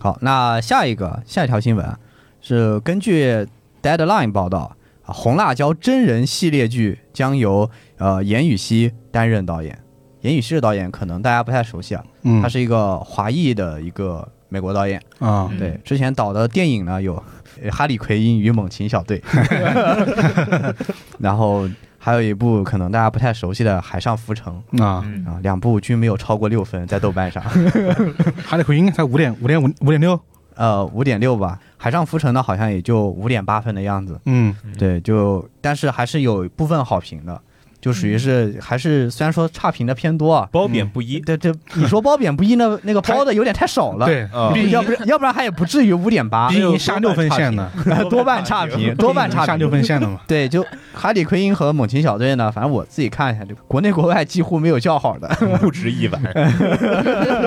E: 好，那下一个下一条新闻是根据 Deadline 报道，啊，红辣椒真人系列剧将由呃严禹锡担任导演。严禹锡的导演可能大家不太熟悉啊，
A: 嗯
E: 他是一个华裔的一个美国导演。
A: 啊
B: 嗯
E: 对，之前导的电 影 呢有呃《哈利奎因与猛禽小队》，然后还有一部可能大家不太熟悉的《海上浮城
A: 啊，
B: 嗯》
E: 啊，两部均没有超过六分，在豆瓣上，
A: 哈利奎因才五点五点五五点六，
E: 呃，五点六吧，《海上浮城》呢好像也就五点八分的样子。
A: 嗯
E: 对，就但是还是有部分好评的，就属于是还是虽然说差评的偏多啊，
B: 嗯褒贬不一，
E: 对这你说褒贬不一，那那个褒的有点太少了。
A: 对，
B: 啊
A: 毕
E: 要不然要不然还也不至于五点八
A: 毕，竟下六分线的，
E: 多半 差评， 多半差
A: 呃下
E: 评
A: 六。分线的嘛，
E: 对，就海底奎因和猛禽小队呢，反正我自己看一下，就国内国外几乎没有较好 的，
B: 不值一文。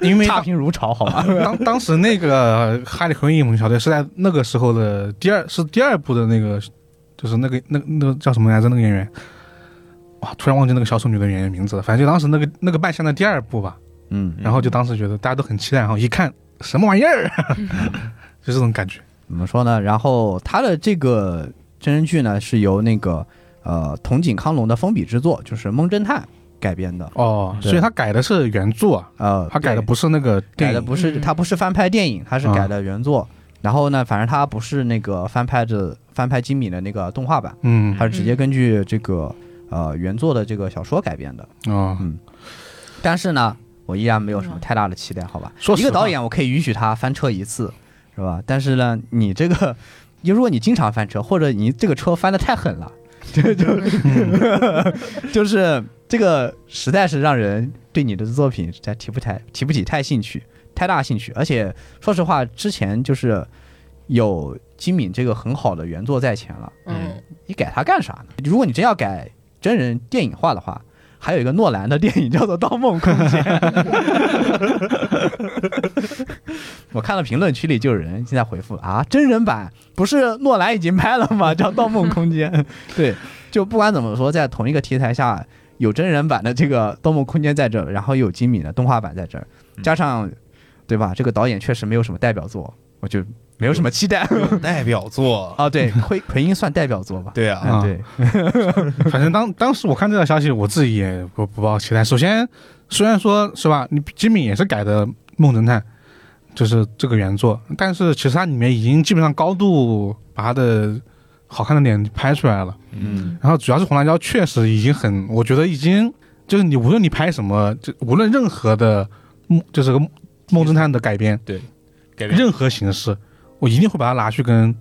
A: 因为
E: 差评如潮，好 吧？
A: 当当时那个《哈利奎因英雄小队》是在那个时候的第二是第二部的那个，就是那个那那个叫什么来着？那个演员，哇，突然忘记那个小丑女的演员名字了。反正就当时那个那个扮相的第二部吧，
E: 嗯，
A: 然后就当时觉得大家都很期待，然后一看什么玩意儿，
E: 嗯
A: 就这种感觉。
E: 怎么说呢？然后他的这个真人剧呢，是由那个呃筒井康隆的封笔之作，就是《梦侦探》改编的。
A: 哦，所以他改的是原著啊，
E: 呃，
A: 他改的
E: 对
A: 不是那个电
E: 改
A: 影
E: 的不是
D: 嗯
E: 它不是翻拍电嗯影，它是
A: 啊
E: 改的原作。然后呢，反正它不是那个翻拍的翻拍金米的那个动画版，
A: 嗯
E: 它是直接
D: 嗯
E: 根据这个呃原作的这个小说改编的。
A: 哦，
E: 但是呢，我依然没有什么太大的期待，好吧？
A: 说
E: 一
A: 实
E: 个导
A: 话
E: 演我可以允许他翻车一次，是吧？但是呢，你这个，如果你经常翻车，或者你这个车翻的太狠了，就就
A: 嗯
E: 就是这个，实在是让人对你的作品实在提不太提不起太兴趣，太大兴趣。而且说实话，之前就是有金敏这个很好的原作在前了，
D: 嗯，
E: 你改它干啥呢？如果你真要改真人电影化的话，还有一个诺兰的电影叫做《盗梦空间》， 我看到评论区里就有人现在回复啊，真人版不是诺兰已经拍了吗？叫《盗梦空间》。对，就不管怎么说，在同一个题材下，有真人版的这个《盗梦空间》在这儿，然后有金敏的动画版在这儿，加上对吧？这个导演确实没有什么代表作，我就没有什么期待。
B: 代表作，
E: 啊，对，奎奎因算代表作吧？
B: 对啊，
E: 哎对，
A: 反正当当时我看这条消息，我自己也不不抱期待。首先，虽然说是吧，你吉米也是改的《梦侦探》，就是这个原作，但是其实它里面已经基本上高度把它的好看的点拍出来了。
B: 嗯，
A: 然后主要是红辣椒确实已经很，我觉得已经就是你无论你拍什么，就无论任何的梦，就是个梦侦探的改编，
B: 改编
A: 任何形式，我一定会把它拿去跟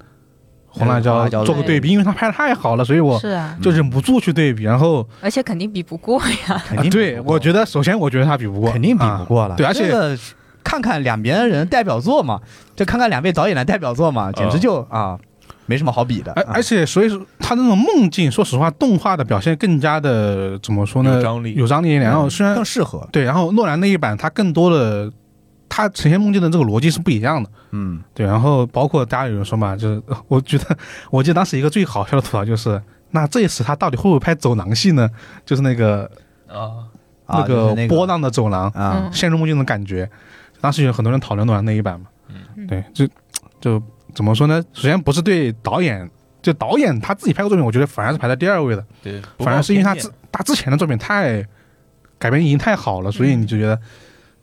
A: 红辣
E: 红
A: 椒
E: 辣椒
A: 做个
D: 对
A: 对比，因为它拍的太好了，所以我
D: 是啊，
A: 就忍不住去对比，然后。
D: 而且肯定比不过呀。
E: 啊肯定比
A: 啊对，
E: 不过
A: 我觉得首先我觉得他比不过，
E: 肯定比不过了。
A: 啊对而且
E: 这个看看两边人代表作嘛，就看看两位导演的代表作嘛，简直就啊，没什么好比的。
A: 啊。而
E: 啊
A: 而且所以说他那种梦境，说实话，动画的表现更加的怎么说呢？
B: 有张力
A: 有张力。
E: 嗯
A: 然后虽然
E: 更适合，
A: 对，然后诺兰那一版，它更多的它呈现梦境的这个逻辑是不一样的。
E: 嗯，
A: 对，然后包括大家有人说嘛，就是哦我觉得，我记得当时一个最好笑的吐槽就是。那这一次他到底会不会拍走廊戏呢？就是那个、
B: 啊，
E: 啊
A: 那个
E: 就是
A: 波浪的走廊，
E: 啊，
D: 嗯
A: 陷入梦境的感觉。当时有很多人讨论诺兰那一版嘛，
D: 嗯
A: 对，就就怎么说呢？首先不是对导演，就导演他自己拍过作品，我觉得反而是排在第二位的，
B: 对，
A: 反而是因为他
B: 自
A: 之他之前的作品太改编已经太好了，所以你就觉得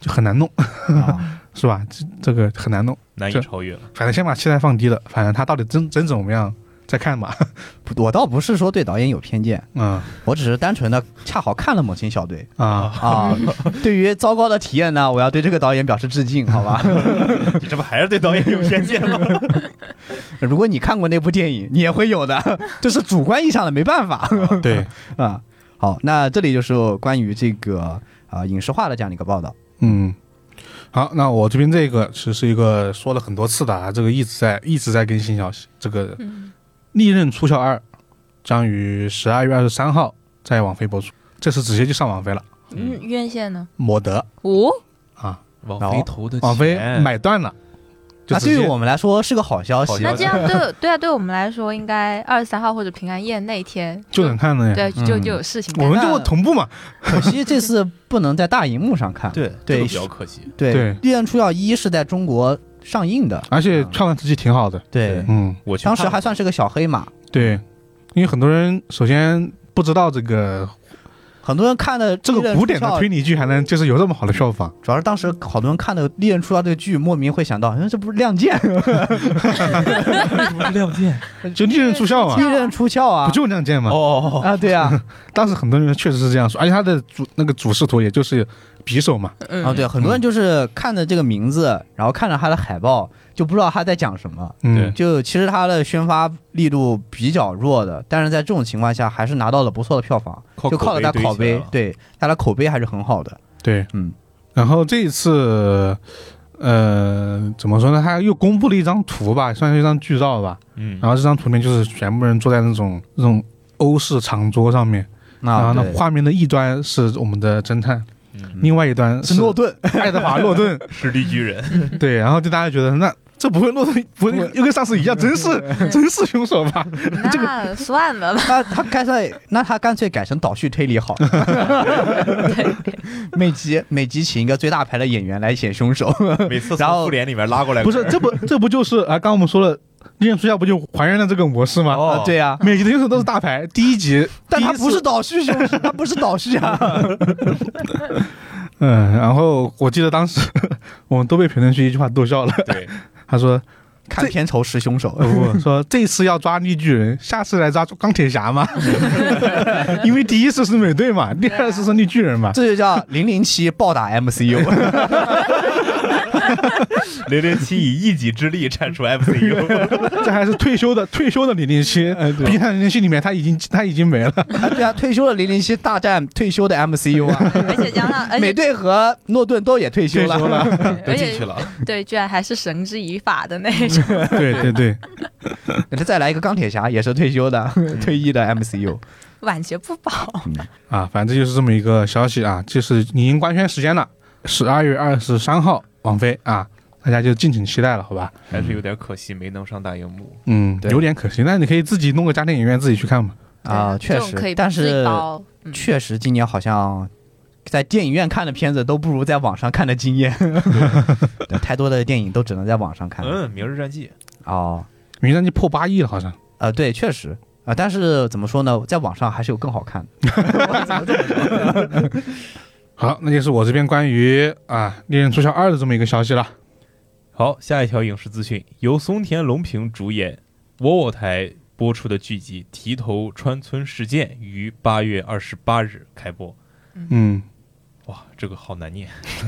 A: 就很难弄，
E: 啊
A: 是吧？这这个很难弄，
B: 难以超越了，
A: 反正先把期待放低了，反正他到底真真怎么样再看吧，
E: 不我倒不是说对导演有偏见，
A: 嗯
E: 我只是单纯的恰好看了《猛禽小队
A: 啊》。
E: 啊。 对于糟糕的体验呢，我要对这个导演表示致敬，好吧？
B: 你这不还是对导演有偏见吗？
E: 如果你看过那部电影，你也会有的，这是主观意义上的，没办法。
D: 哦
A: 对，
E: 啊，好，那这里就是关于这个啊、影视化的这样的一个报道。
A: 嗯，好，那我这边这个其实是一个说了很多次的啊，这个一直在一直在更新消息，这个
D: 嗯
A: 《利刃出鞘二》将于十二月二十三号在网飞播出，这次直接就上网飞了。
D: 嗯，院线呢？
A: 摩德
D: 哦，
A: 啊，
B: 网飞投的
A: 网飞
B: 钱
A: 买断了，就
E: 那
A: 直
E: 啊对于
A: 接
E: 我们来说是个好消息，
B: 好消
D: 那
B: 息
D: 这 样对对啊，对我们来说，应该二十三号或者平安夜那一天
A: 就能看了呀。
D: 对，就
E: 嗯
D: 就有事情干。
A: 我们
E: 那
A: 就同步嘛，
E: 可惜这次不能在大荧幕上看。
B: 对
E: 对
B: 这个比较可惜，
E: 对
A: 对
E: 《利刃出鞘一》是在中国上映的，
A: 而且看完自己挺好的。
E: 对，
A: 嗯，
B: 我去
E: 当时
B: 看
E: 还
B: 了
E: 算是个小黑马，
A: 对，因为很多人首先不知道这个
C: 很多人看的
A: 这个古典的推理剧还能就是有这么好的效仿，
C: 主要是当时好多人看的《利刃出鞘》这个剧，莫名会想到，
E: 哎
C: 嗯，这不是《亮剑》
B: 不是亮剑
A: 就利刃出鞘嘛
D: 啊
C: 《利刃出鞘》啊
A: 不？就那样剑嘛。
B: 哦，
C: 啊，对 啊，
A: 当时很多人确实是这样说，而且他的主那个主视图也就是匕首嘛，
D: 嗯
C: 啊，
E: 对，很多人就是看着这个名字，然后看着它的海报，就不知道它在讲什么。
A: 嗯，
E: 就其实它的宣发力度比较弱的，但是在这种情况下，还是拿到了不错的票房，
B: 靠
E: 就靠着它
B: 堆
E: 口
B: 起
E: 碑
B: 来，了
E: 对它的口碑还是很好的。
A: 对，
E: 嗯。
A: 然后这一次，呃，怎么说呢？他又公布了一张图吧，算是一张剧照吧。
B: 嗯
A: 然后这张图里面就是全部人坐在那种那种欧式长桌上面，然后
E: 啊，
A: 呢，
E: 对，
A: 画面的一端是我们的侦探，
B: 嗯
A: 另外一端是
C: 诺顿，
A: 爱德华诺顿。
B: 是绿巨 人，
A: 对，然后就大家觉得那。这不会诺顿不会又跟上次一样，真是真是凶手吧？
D: 那算了吧，
E: 那他干脆，那他干脆改成倒叙推理好了。 每集每集请一个最大牌的演员来演凶手，
B: 每次从
E: 然后
B: 复联里面拉 过来
A: 不是，这不这不就是啊？刚刚我们说了，《利剑出鞘》不就还原了这个模式吗？
B: 哦，
E: 对呀、啊，
A: 每集的凶手都是大牌，第一集，
E: 但他
A: 第一次
E: 不是倒叙凶手，他不是倒叙啊。
A: 嗯，然后我记得当时我们都被评论区一句话逗笑了，
B: 对，
A: 他说
E: 看片酬识凶手
A: 呃：“不说这次要抓绿巨人，下次来抓钢铁侠嘛， 因为第一次是美队嘛，第二次是绿巨人嘛。
E: 这就叫零零七暴打 MCU，
B: 零零七以一己之力铲除 MCU，
A: 这还是退休的退休的零零七，毕竟零零七里面他已经他已经没了，
E: 啊对啊，退休了零零七大战退休的 MCU 啊，
D: 而且加上，而
E: 美
D: 且
E: 队和诺顿都也退休
A: 退休
E: 了。
A: 了。
B: 都
D: 而
B: 进去
D: 且
B: 了，
D: 对，居然还是绳之以法的那种。
A: 对对对，
E: 那 再来一个钢铁侠，也是退休的，退役的 MCU。
D: 晚节不保。
A: 啊，反正就是这么一个消息啊，就是已经官宣时间了，十二月二十三号，王菲啊，大家就敬请期待了，好吧？
B: 还是有点可惜没能上大荧幕。
A: 嗯，
E: 对
A: 有点可惜，那你可以自己弄个家庭影院自己去看嘛。
E: 啊
D: 对这种
E: 确实
D: 可以
E: 但
D: 自己
E: 是
D: 包嗯
E: 确实，今年好像在电影院看的片子都不如在网上看的惊艳， 对太多的电影都只能在网上看。
B: 嗯，《明日战记》
E: 哦，
A: 名战记破八亿了，好像。
E: 呃，对，确实啊、呃但是怎么说呢，在网上还是有更好看的。我怎么这么说
A: 好，那就是我这边关于啊《猎人出鞘二》的这么一个消息了。
B: 好，下一条影视资讯，由松田龙平主演，窝窝台播出的剧集《提头川村事件》于八月二十八日开播。
A: 嗯，
B: 哇，这个好难 念，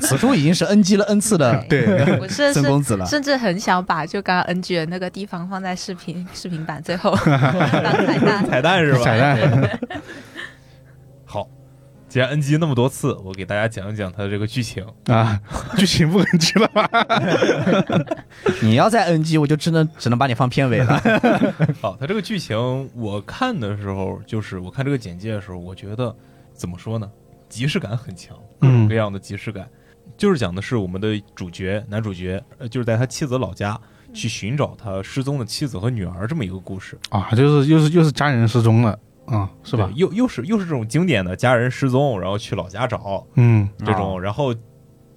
E: 此处已经是 NG 了 N 次的
A: 对，
D: 我甚
E: 孙
D: 至
E: 公子了。
D: 甚至很想把就刚刚 NG 的那个地方放在视频视频版最后当彩蛋。
B: 彩蛋是吧？
A: 彩蛋。
B: 好，既然 NG 那么多次，我给大家讲一讲它的这个剧情。
A: 啊，剧情不能提了吧？
E: 你要再 NG，我就只能只能把你放片尾了。
B: 好，它这个剧情我看的时候，就是我看这个简介的时候，我觉得怎么说呢，即视感很强，各
A: 嗯
B: 种各样的即视感。就是讲的是我们的主角男主角，呃，就是在他妻子老家去寻找他失踪的妻子和女儿这么一个故事，
A: 啊，就是又是又是家人失踪了啊，是吧
B: 对？又又是又是这种经典的家人失踪，然后去老家找
A: 嗯，
B: 这种，然后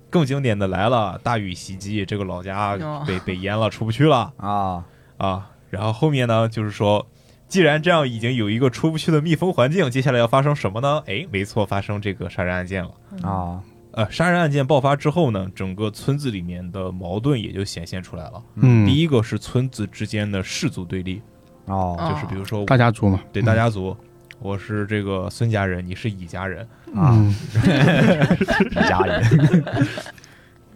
B: 更经典的来了，大雨袭击，这个老家
D: 哦
B: 被被淹了，出不去了。
E: 啊，
B: 啊，然后后面呢，就是说，既然这样已经有一个出不去的密封环境，接下来要发生什么呢？哎，没错，发生这个杀人案件了。
E: 啊，
B: 呃，杀人案件爆发之后呢，整个村子里面的矛盾也就显现出来了。
A: 嗯，
B: 第一个是村子之间的氏族对立，
E: 哦，
B: 就是比如说，
A: 大家族嘛，
B: 对大家族，我是这个孙家人，你是乙家人，
E: 啊，
A: 嗯，
E: 一家人，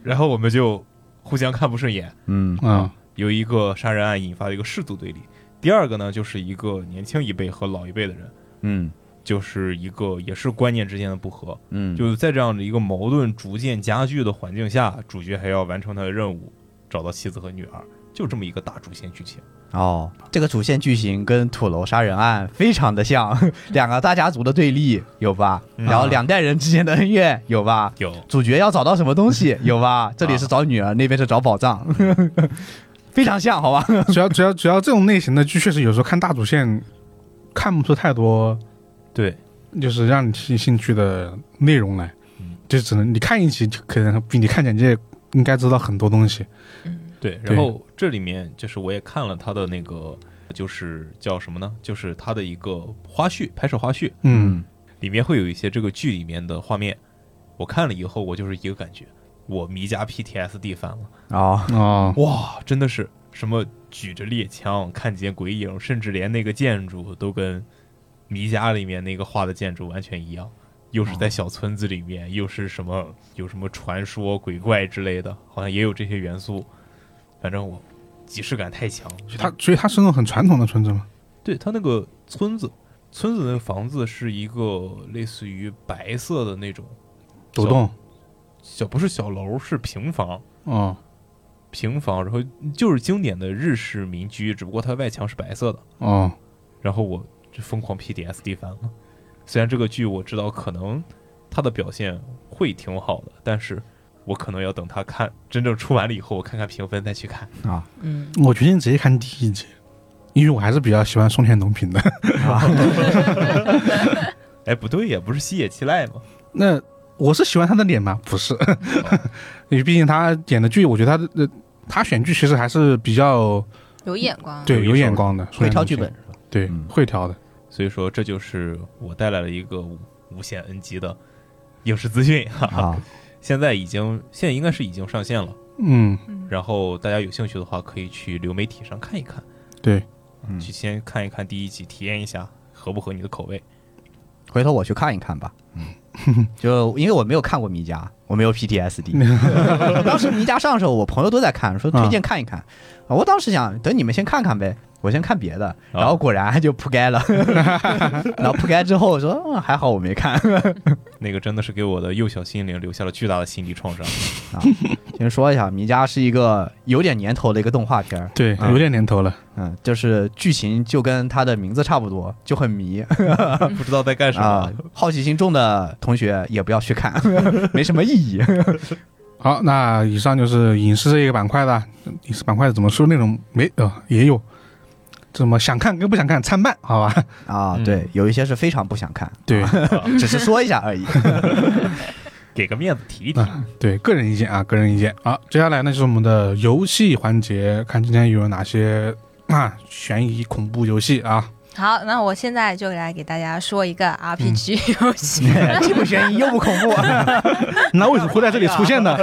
B: 然后我们就互相看不顺眼，
E: 嗯
A: 嗯啊，
B: 有一个杀人案引发的一个氏族对立。第二个呢，就是一个年轻一辈和老一辈的人。
E: 嗯
B: 就是一个也是观念之间的不合，
E: 嗯，
B: 就是在这样的一个矛盾逐渐加剧的环境下，主角还要完成他的任务，找到妻子和女儿，就这么一个大主线剧情。
E: 哦，这个主线剧情跟土楼杀人案非常的像，两个大家族的对立有吧？
B: 嗯
E: 然后两代人之间的恩怨有吧？
B: 有
E: 主角要找到什么东西有吧？这里是找女儿，那边是找宝藏， 非常像，好吧？
A: 主要主要主要这种类型的剧，确实有时候看大主线看不出太多
B: 对，
A: 就是让你提兴趣的内容来
B: 嗯，
A: 就只能你看一集就可能比你看简介应该知道很多东西。
B: 对，
A: 对
B: 然后这里面就是我也看了他的那个就是叫什么呢？就是他的一个花絮，拍摄花絮
A: 嗯
B: 里面会有一些这个剧里面的画面。我看了以后，我就是一个感觉，我迷加 PTSD 犯了，
E: 哦，
A: 哦，
B: 哇，真的是什么举着猎枪看见鬼影，甚至连那个建筑都跟迷家里面那个画的建筑完全一样。又是在小村子里面，又是什么有什么传说、鬼怪之类的，好像也有这些元素。反正我即视感太强，
A: 所以他所以他是那种很传统的村子嘛，
B: 对它那个村子，村子那个房子是一个类似于白色的那种
A: 走动
B: 小，不是小楼，是平房，
A: 哦
B: 平房，然后就是经典的日式民居，只不过它外墙是白色的。
A: 哦，
B: 然后我就疯狂 PDSD 翻了。虽然这个剧我知道可能它的表现会挺好的，但是我可能要等它看真正出完了以后，我看看评分再去看。
E: 啊
D: 嗯，
A: 我决定直接看第一集，因为我还是比较喜欢松田龙平的。
B: 哎，不对呀，不是西野七濑吗？
A: 那我是喜欢他的脸吗？不是， 因为毕竟他演的剧，我觉得他的呃他选剧其实还是比较
D: 有眼光，
A: 对
B: 有一
A: 有
B: 手
A: 眼光的，松
E: 会
A: 田
E: 挑
A: 龙
E: 剧
A: 平
E: 本，是吧？
A: 对
E: 嗯
A: 会挑的。
B: 所以说这就是我带来了一个无无限 N 级的影视资讯，哈哈，
E: 啊，
B: 现在已经现在应该是已经上线了。
A: 嗯，
D: 嗯，
B: 然后大家有兴趣的话，可以去流媒体上看一看，
A: 对，
E: 嗯
B: 去先看一看第一集，体验一下合不合你的口味。
E: 回头我去看一看吧。嗯， 就因为我没有看过《迷家》，我没有 PTSD。当时《迷家》上的时候，我朋友都在看，说推荐看一看。啊我当时想等你们先看看呗，我先看别的。然后果然就扑街 了。然后扑街之后，我说、嗯、还好我没看。
B: 那个真的是给我的幼小心灵留下了巨大的心理创伤。
E: 先说一下，《迷家》是一个有点年头的一个动画片儿。
A: 对，
E: 嗯
A: 有点年头了。
E: 嗯，就是剧情就跟它的名字差不多，就很迷。
B: 不知道在干什么。
E: 啊、好奇心重的同学也不要去看， 没什么意义。
A: 好，那以上就是影视这一个板块的，影视板块怎么说内容没呃也有，怎么想看跟不想看参半，好吧？
E: 啊，
B: 嗯
E: 对，有一些是非常不想看，
A: 对
E: 只是说一下而已。
B: 啊给个面子提一提。
A: 啊，对，个人意见啊，个人意见。好，接下来呢就是我们的游戏环节，看今天有哪些啊悬疑恐怖游戏啊。
D: 好，那我现在就来给大家说一个
E: 嗯
D: RPG 游戏。
E: 既不悬疑又不恐怖，
A: 那为什么会在这里出现 呢？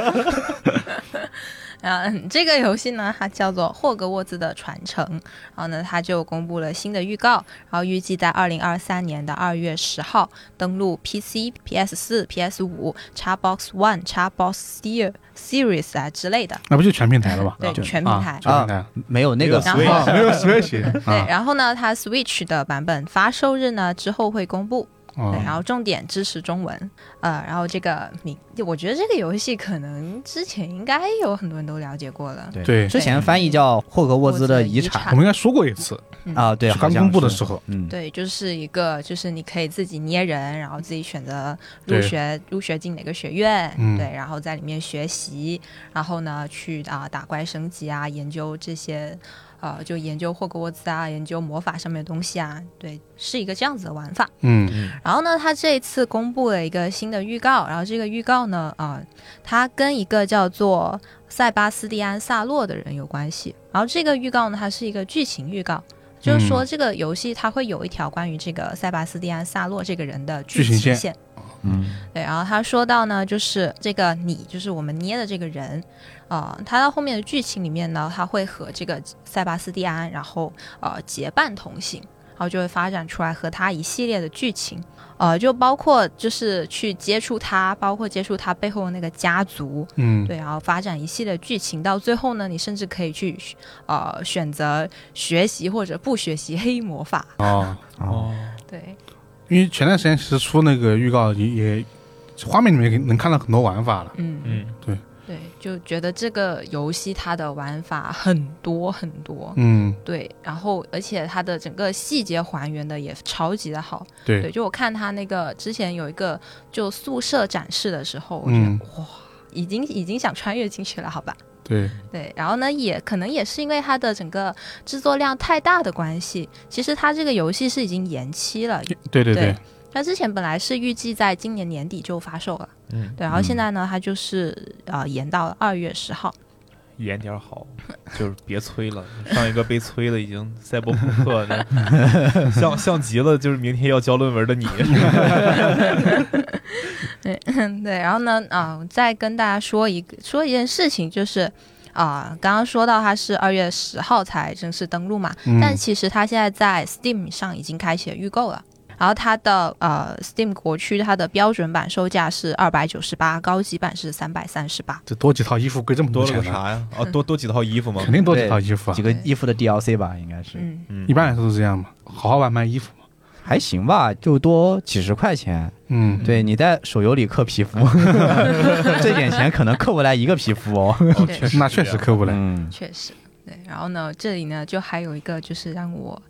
D: 啊，这个游戏呢，它叫做《霍格沃兹的传承》，然后呢，它就公布了新的预告，然后预计在二零二三年的二月十号登陆 PC、PS 四、PS 五、Xbox One、Xbox Series Series 啊之类的，
A: 那不就全平台了吧？
D: 对，
A: 啊
D: 全平台。
A: 全平台。啊
E: 没有那个
D: 然后
A: 没 有 Switch
D: 对，
A: 啊，
D: 然后呢，它 Switch 的版本发售日呢之后会公布，
A: 哦
D: 对，然后重点支持中文，呃，然后这个名，我觉得这个游戏可能之前应该有很多人都了解过了，
E: 对
A: 对
E: 之前翻译叫《霍格沃兹的遗产
A: 我》们应该说过一次，
E: 啊，对，好
A: 刚
E: 像
A: 公布的
E: 是
A: 时候，
E: 嗯，
D: 对，就是一个，就是你可以自己捏人，然后自己选择入
A: 对
D: 学入学进哪个学院，
A: 嗯
D: 对，然后在里面学习，然后呢去啊、打怪升级啊，研究这些，呃，就研究霍格沃兹啊，研究魔法上面的东西啊，对，是一个这样子的玩法。
A: 嗯
D: 然后呢，他这一次公布了一个新的预告，然后这个预告呢，啊、它跟一个叫做塞巴斯蒂安·萨洛的人有关系。然后这个预告呢，它是一个剧情预
A: 嗯
D: 告，就是说这个游戏它会有一条关于这个塞巴斯蒂安·萨洛这个人的剧
A: 剧情线
D: 线。
E: 嗯
D: 对，然后他说到呢，就是这个你，就是我们捏的这个人，呃，他到后面的剧情里面呢，他会和这个塞巴斯蒂安，然后呃结伴同行，然后就会发展出来和他一系列的剧情，呃，就包括就是去接触他，包括接触他背后的那个家族，
A: 嗯，
D: 对，然后发展一系列剧情，到最后呢，你甚至可以去呃选择学习或者不学习黑魔法，
A: 哦，
E: 哦，
D: 对，
A: 因为前段时间其实出那个预告也也画面里面能看到很多玩法了，
D: 嗯
B: 嗯，
D: 对，就觉得这个游戏它的玩法很多很多，
A: 嗯，
D: 对，然后而且它的整个细节还原的也超级的好，对，
A: 对，
D: 就我看它那个之前有一个就宿舍展示的时候，我觉得、
A: 嗯
D: 哇，已经已经想穿越进去了，好吧？
A: 对，
D: 对，然后呢，也可能也是因为它的整个制作量太大的关系，其实它这个游戏是已经延期了，
A: 对对对
D: 对，它之前本来是预计在今年年底就发售了，
B: 嗯，
D: 对，然后
E: 嗯
D: 现在呢，它就是呃延到了二月十号。
B: 演点好，就是别催了。上一个被催的已经赛博朋克那，像像极了 就是明天要交论文的你。
D: 对，然后呢，啊、再跟大家说一个说一件事情，就是啊、刚刚说到它是二月十号才正式登录嘛，
A: 嗯
D: 但其实它现在在 Steam 上已经开启了预购了。然后它的呃 Steam 国区它的标准版售价是二百九十八，高级版是三百三十八。
A: 这多几套衣服贵这么
B: 多
A: 多
B: 了个
A: 钱呢？
B: 啥呀？啊，多多几套衣服吗
A: 嗯肯？定多几套衣服啊
E: 几！个衣服的 DLC 吧，应该是
D: 嗯，
B: 嗯
A: 一般来说都是这样嘛，好好玩卖衣服嘛。
E: 还行吧，就多几十块钱。
A: 嗯，
E: 对，你在手游里氪皮肤，这点钱可能氪不来一个皮肤哦。
B: 哦
D: 对
B: 确实
A: 那确实
B: 是这样
A: 克不来。
E: 嗯，
D: 确实，对。然后呢，这里呢就还有一个就是让我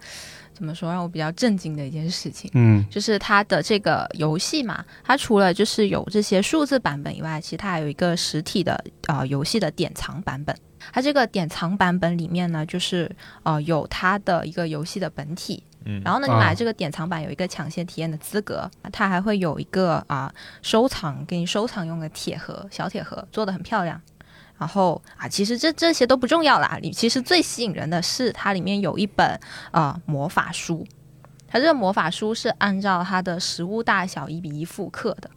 D: 怎么说让我比较震惊的一件事情，
A: 嗯
D: 就是它的这个游戏嘛，它除了就是有这些数字版本以外，其实它还有一个实体的呃游戏的典藏版本。它这个典藏版本里面呢，就是呃有它的一个游戏的本体，
B: 嗯，
D: 然后呢，你
A: 啊
D: 买这个典藏版有一个抢先体验的资格，它还会有一个啊、收藏给你收藏用的铁盒，小铁盒做的很漂亮。然后啊，其实这这些都不重要啦，你其实最吸引人的是它里面有一本啊、魔法书，它这个魔法书是按照它的实物大小一比一复刻的，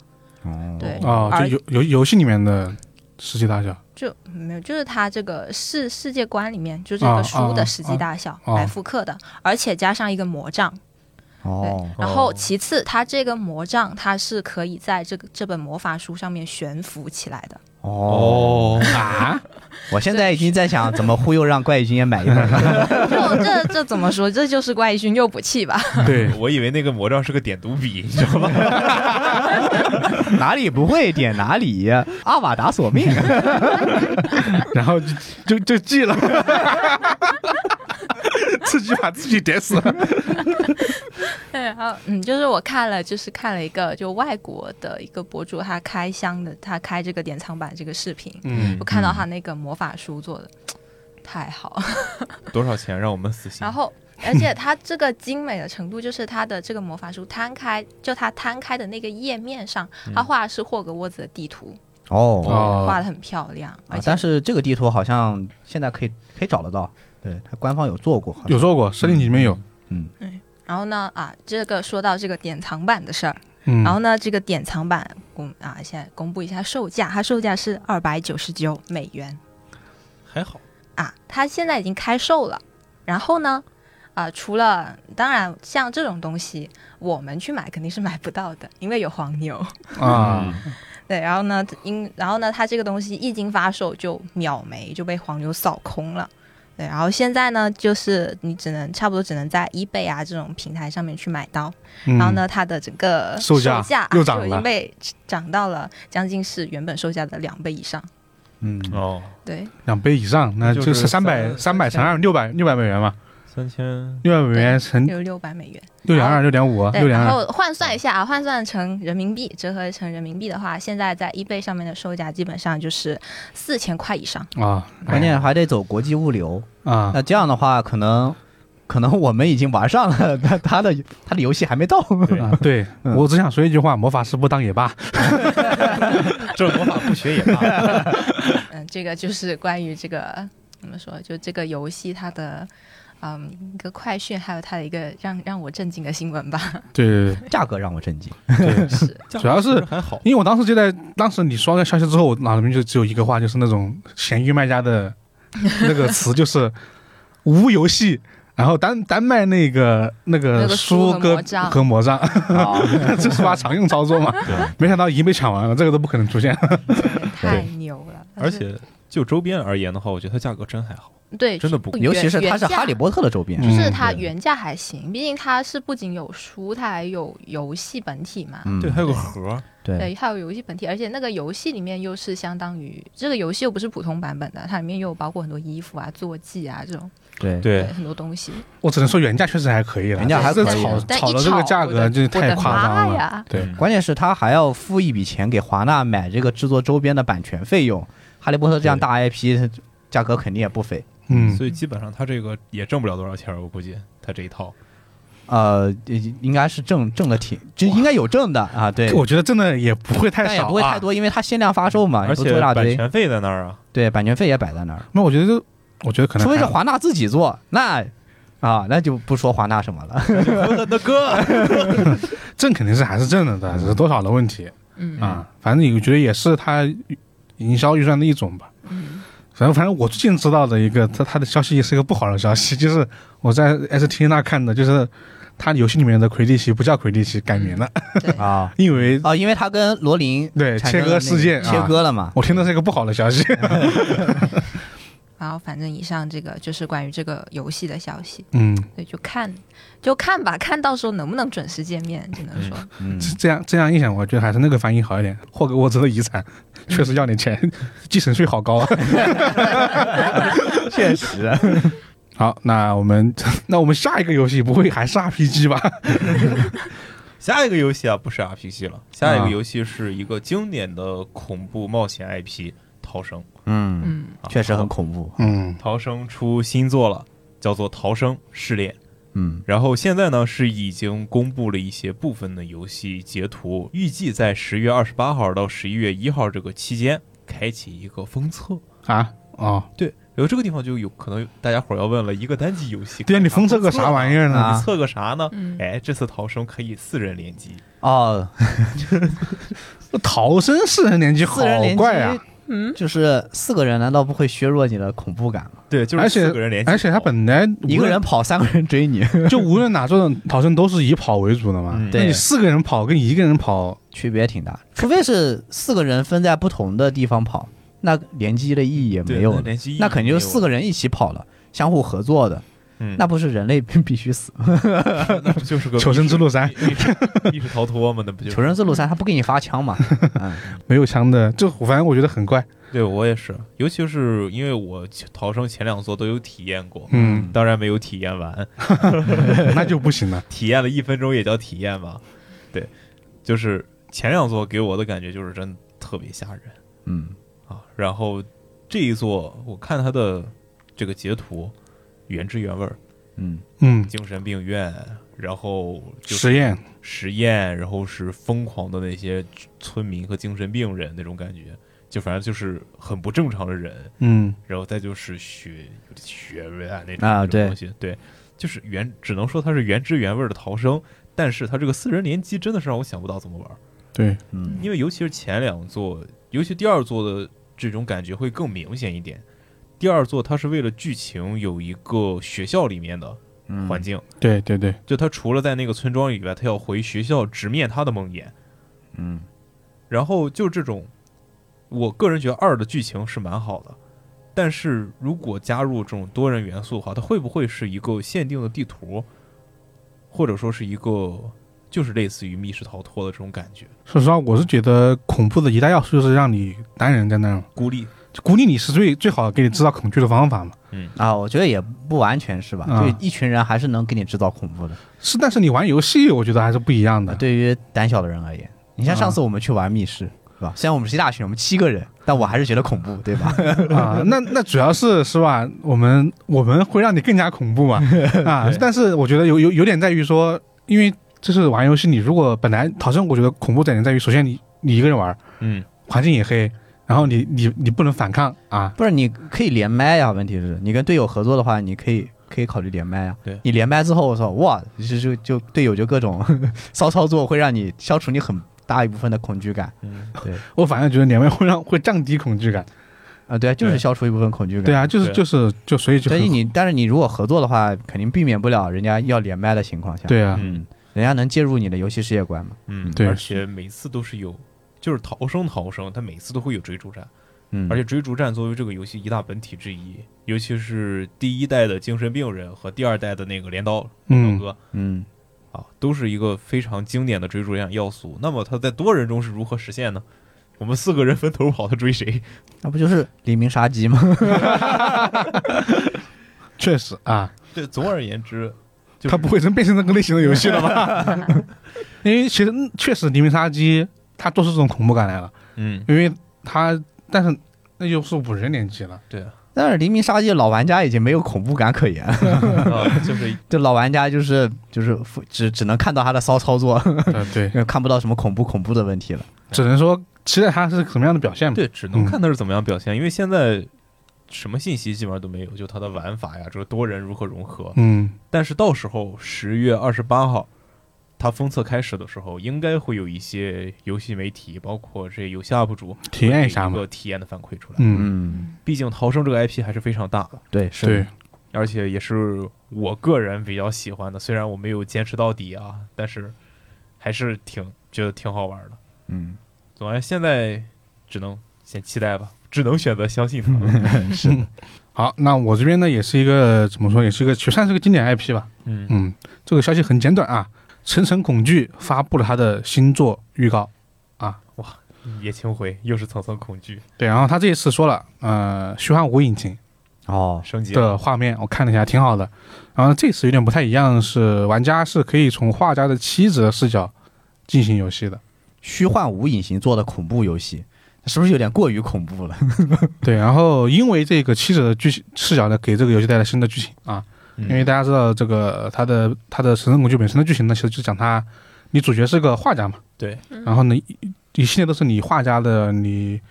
E: 哦
D: 对，
A: 哦，就
D: 而
A: 游游游戏里面的实际 大小。
D: 就没有，就是它这个世世界观里面就这个
A: 啊
D: 书
A: 啊
D: 的实
A: 啊
D: 际大小
A: 啊
D: 来复刻的，而且加上一个魔杖。
E: 哦，
D: 然后
B: 哦
D: 其次，它这个魔杖它是可以在这个这本魔法书上面悬浮起来的。
E: 哦啊！我现在已经在想怎么忽悠让怪异君也买一本了。
D: 就这这怎么说？这就是怪异君诱捕器吧？
A: 对，
B: 我以为那个魔杖是个点读 笔，你知道吗？
E: 哪里不会点哪里，阿瓦达索命。
A: 然后就就就记 了，自己把自己点死了。
D: 对，然后嗯，就是我看了，就是看了一个就外国的一个博主，他开箱的，他开这个典藏版这个视频，
A: 嗯
D: 我看到他那个魔法书做的
E: 嗯
D: 太好。
B: 多少钱让我们死心？
D: 然后，而且它这个精美的程度，就是它的这个魔法书摊开，就它摊开的那个页面上，它画的是霍格沃兹的地图，
E: 嗯哦，
D: 画
A: 哦，
D: 的很漂亮，而
E: 啊
D: 且
E: 但是这个地图好像现在可以可以找得到，对，它官方有做过，好像
A: 有做过，设定集里面有。
D: 然后呢，啊，这个说到这个典藏版的事儿，
A: 嗯，
D: 然后呢，这个典藏版公啊，现在公布一下售价，它售价是二百九十九美元
B: 还好，
D: 啊，它现在已经开售了。然后呢，啊，除了当然像这种东西，我们去买肯定是买不到的，因为有黄牛。
A: 啊，
D: 对，然后呢，因然后呢，它这个东西一经发售就秒没，就被黄牛扫空了。对，然后现在呢，就是你只能差不多只能在 eBay 啊这种平台上面去买到。
A: 嗯
D: 然后呢，它的整个
A: 售价
D: 价
A: 又涨了
D: 就已经被涨到了将近是原本售价的两倍以上。
E: 嗯，
B: 哦，
D: 对，
A: 两倍以上，那
B: 就是
A: 三百三
B: 三
A: 百乘二六百六百美元嘛，
B: 三千
A: 六百美元乘
D: 六六百美元。
A: 六点二六点五
D: 对，
A: 六点
D: 然
A: 二，
D: 后换算一下啊，换算成人民币，折合成人民币的话，现在在 eBay 上面的售价基本上就是四千块以上。
A: 啊，
E: 关键还得走国际物流。
A: 啊，
E: 那这样的话，可能可能我们已经玩上了，但他的他的游戏还没到。
A: 啊对我只想说一句话：魔法师不当也罢。
B: 这魔法不学也 罢。
D: 嗯，这个就是关于这个怎么说，就这个游戏它的。嗯，一个快讯，还有它的一个让让我震惊的新 闻吧，
A: 对对
E: 价格让我震惊。
A: 对对，
D: 是
A: 主要是
B: 还好，
A: 因为我当时就在，当时你刷个消息之后，我脑子里面就只有一个话，就是那种闲鱼卖家的那个词，就是无游戏，然后单单卖那个那
D: 那
A: 个
D: 个书
A: 书
D: 和
A: 跟
D: 魔杖
A: 和魔杖， 这是把常用操作嘛。没想到已经被抢完了，这个都不可能出现。
D: 太牛了，
B: 而且就周边而言的话，我觉得它价格真还好。
D: 对，
B: 真的不
E: 尤其是它是
D: 原价
E: 哈利波特的周边，
A: 嗯
D: 就是它原价还行，毕竟它是不仅有书，它还有游戏本体嘛。
E: 嗯，
B: 对，还有个盒儿，
E: 对
D: 对，还有游戏本体，而且那个游戏里面又是相当于这个游戏又不是普通版本的，它里面又有包括很多衣服啊、坐骑啊这种
E: 对
D: 对
B: 对，
D: 很多东西。
A: 我只能说原价确实还可以了，
E: 原价还
A: 这
E: 可以啊
A: 炒
D: 但一
A: 炒的这个价
D: 我的
A: 格就是太夸张
D: 我的妈
A: 了。
D: 呀！
A: 对，
B: 嗯
E: 关键是他还要付一笔钱给华纳买这个制作周边的版权费用。哈利波特这样大 IP，价格肯定也不菲。
A: 嗯，
B: 所以基本上它这个也挣不了多少钱儿，我估计它这一套。
E: 呃，应该是挣挣的挺，就应该有挣的啊，对，
A: 我觉得真的也不会太
E: 但也
A: 少、啊，
E: 不会太多，因为它限量发售嘛，
B: 而
E: 啊也不
B: 且
E: 做一大
B: 版
E: 堆，
B: 权费在那 儿啊，
E: 对，版权费也摆在那儿，
A: 那我觉得就，我觉得可能
E: 除非
A: 还
E: 是
A: 好
E: 华纳自己做，那啊，那就不说华纳什么了。
B: 我的哥，
A: 挣肯定是还是挣的
E: 嗯
A: 的，只是多少的问题
D: 嗯
A: 啊。反正我觉得也是他营销预算的一种吧。
D: 嗯
A: 反正反正我最近知道的一个，他他的消息也是一个不好的消息，就是我在 ST 那看的，就是他游戏里面的魁地奇不叫魁地奇，改名了，
D: 对，
E: 啊
A: 因为
E: 啊，因为他跟罗琳
A: 对
E: 产生了
A: 切割事件啊
E: 那个切割了嘛，
A: 我听的是一个不好的消息。
D: 然后反正以上这个就是关于这个游戏的消息，
A: 嗯，
D: 对，就看就看吧，看到时候能不能准时见面，只能说，
E: 嗯，
A: 这样这样一想，我觉得还是那个翻译好一点。霍格沃兹的遗产确实要点钱， 继承税好高啊。
E: 确 实，
A: 好，那我们 那我们下一个游戏不会还是 RPG 吧？
B: 下一个游戏啊不是 RPG 了，下一
A: 啊
B: 个游戏是一个经典的恐怖冒险 IP《逃生》
E: 嗯，
D: 嗯，
B: 啊，
E: 确实很恐怖，
A: 嗯
B: 逃生出新作了，叫做《逃生试炼》。
E: 嗯
B: 然后现在呢是已经公布了一些部分的游戏截图，预计在十月二十八号到十一月一号这个期间开启一个封测。
A: 啊哦，
B: 对，然后这个地方就有可能大家伙儿要问了，一个单机游戏，
A: 对啊，你封测个啥玩意儿呢？
E: 啊
B: 你测个啥呢？
D: 嗯
B: 哎，这次逃生可以四人联机，
E: 哦，
A: 逃生四人联机好
E: 四人联
A: 怪啊
E: 机！
D: 嗯，
E: 就是四个人，难道不会削弱你的恐怖感吗？
B: 对，就是
A: 而且
B: 四个人联机跑，
A: 而且他本来无论
E: 一个人跑，三个人 追你，
A: 就无论哪种逃生都是以跑为主的嘛。
B: 嗯
A: 那你四个人跑跟一个人跑，
E: 区别挺大。除非是四个人分在不同的地方跑，那联机的意义也
B: 对
E: 没有
B: 那
E: 了，
B: 联机，
E: 那肯定就是四
B: 个，
E: 个人一起跑了，相互合作的，
B: 嗯，
E: 那不是人类必须死吗？
B: 那不就是个
A: 求生之路三
B: 密室密室逃脱嘛？那不就
E: 求
B: 是？
E: 生之路三，他不给你发枪 嘛？嗯，
A: 没有枪的，就反正我觉得很怪。
B: 对我也是，尤其是因为我逃生前两座都有体验过，
A: 嗯，
B: 当然没有体验完，
A: 那就不行了。
B: 体验了一分钟也叫体验吧？对，就是前两座给我的感觉就是真的特别吓人
E: 嗯，
B: 啊。然后这一座我看它的这个截图，原汁原味儿，
E: 嗯，
A: 嗯，
B: 精神病院，然后就是
A: 实验
B: 实验，然后是疯狂的那些村民和精神病人那种感觉，就反正就是很不正常的人，
A: 嗯，
B: 然后再就是学有点学问啊那种
E: 啊
B: 那种
E: 对
B: 东西，对，就是原只能说它是原汁原味的逃生，但是它这个四人联机真的是让我想不到怎么玩儿，
A: 对，
E: 嗯
B: 因为尤其是前两座，尤其第二座的这种感觉会更明显一点。第二座它是为了剧情有一个学校里面的
E: 嗯
B: 环境，
A: 对对对，
B: 就他除了在那个村庄以外，他要回学校直面他的梦魇。
E: 嗯
B: 然后就这种，我个人觉得二的剧情是蛮好的，但是如果加入这种多人元素的话，它会不会是一个限定的地图，或者说是一个就是类似于密室逃脱的这种感觉，
A: 说实话，我是觉得恐怖的一大要素就是让你单人在那儿，
B: 孤立？
A: 就鼓励你是最最好给你制造恐惧的方法嘛。
E: 啊，我觉得也不完全是吧，
A: 啊
E: 就一群人还是能给你制造恐怖的。
A: 是，但是你玩游戏，我觉得还是不一样 的。啊
E: 对于胆小的人而言，你像上次我们去玩密室，是吧？虽然我们是一大群，我们七个人，但我还是觉得恐怖，对吧？
A: 啊，那那主要是是吧？我们我们会让你更加恐怖嘛啊！但是我觉得有有有点在于说，因为就是玩游戏，你如果本来逃生，我觉得恐怖点在于，首先你你一个人玩，
B: 嗯，
A: 环境也黑，然后你你你不能反抗啊，
E: 不是，你可以连麦呀、问题是你跟队友合作的话，你可以可以考虑连麦呀、
B: 对
E: 你连麦之后，我操，哇，就就就队友就各种 骚操作，会让你消除你很大一部分的恐惧感。
B: 嗯
A: 我反而觉得连麦会让会降低恐惧感。
E: 啊、对啊，就是
B: 对
E: 消除一部分恐惧感。
A: 对啊，就是
B: 对
A: 就是就所以就
E: 所以
A: 很
E: 你，但是你如果合作的话，肯定避免不了人家要连麦的情况下。，
A: 对啊，
B: 嗯
E: 人家能介入你的游戏世界观嘛？
B: 嗯，
A: 对
B: 而且每次都是有，就是逃生逃生，它每次都会有追逐战，
E: 嗯，
B: 而且追逐战作为这个游戏一大本体之一，尤其是第一代的精神病人和第二代的那个镰刀老
A: 嗯
B: 哥，
E: 嗯，
B: 啊，都是一个非常经典的追逐战要素。那么它在多人中是如何实现呢？我们四个人分头跑，他追谁？
E: 那不就是黎明杀机吗？
A: 确实啊，
B: 对，总而言之，就是
A: 它不会真变成那个类型的游戏了吧？
D: 嗯
A: 因为其实嗯确实《黎明杀机》它做出这种恐怖感来了，
B: 嗯，
A: 因为它但是那就是五人联机了。
B: 对啊，
E: 但是《黎明杀机》老玩家已经没有恐怖感可言了，
B: 啊，就是
E: 这老玩家就是就是只只能看到他的骚操作，
A: 呃对，
E: 看不到什么恐怖恐怖的问题了。
A: 只能说期待它是什么样的表现吧。
B: 对，只能看他是怎么样表现，因为现在什么信息基本上都没有，就他的玩法呀，这个多人如何融合。
A: 嗯，
B: 但是到时候十月二十八号，它封测开始的时候，应该会有一些游戏媒体，包括这些游戏 UP 主
A: 体验一下
B: 会有
A: 嘛
B: 个。体验的反馈出来。
A: 嗯，
E: 嗯，
B: 毕竟逃生这个 IP 还是非常大的，
E: 对，是
A: 对，
B: 而且也是我个人比较喜欢的，虽然我没有坚持到底啊，但是还是挺觉得挺好玩的。
E: 嗯，
B: 总而言之现在只能先期待吧，只能选择相信它了。
A: 好，那我这边呢也是一个怎么说，也是一个算是个经典 IP 吧。
B: 嗯
A: 嗯，这个消息很简短啊，《层层恐惧》发布了他的新作预告。
B: 叶青回又是层层恐惧
A: 对，然后他这一次说了，呃，虚幻五引擎
E: 哦，
B: 升级了，
A: 的画面我看了一下，挺好的。然后这次有点不太一样，是玩家是可以从画家的妻子的视角进行游戏的。
E: 虚幻无隐形做的恐怖游戏，是不是有点过于恐怖了？
A: 对，然后因为这个妻子的剧情视角呢，给这个游戏带来新的剧情啊，
B: 嗯
A: 因为大家知道这个它的它的《神圣恐惧》本身的剧情呢，其实就讲它，你主角是个画家嘛，
B: 对，
A: 然后呢，一一系列都是你画家的你，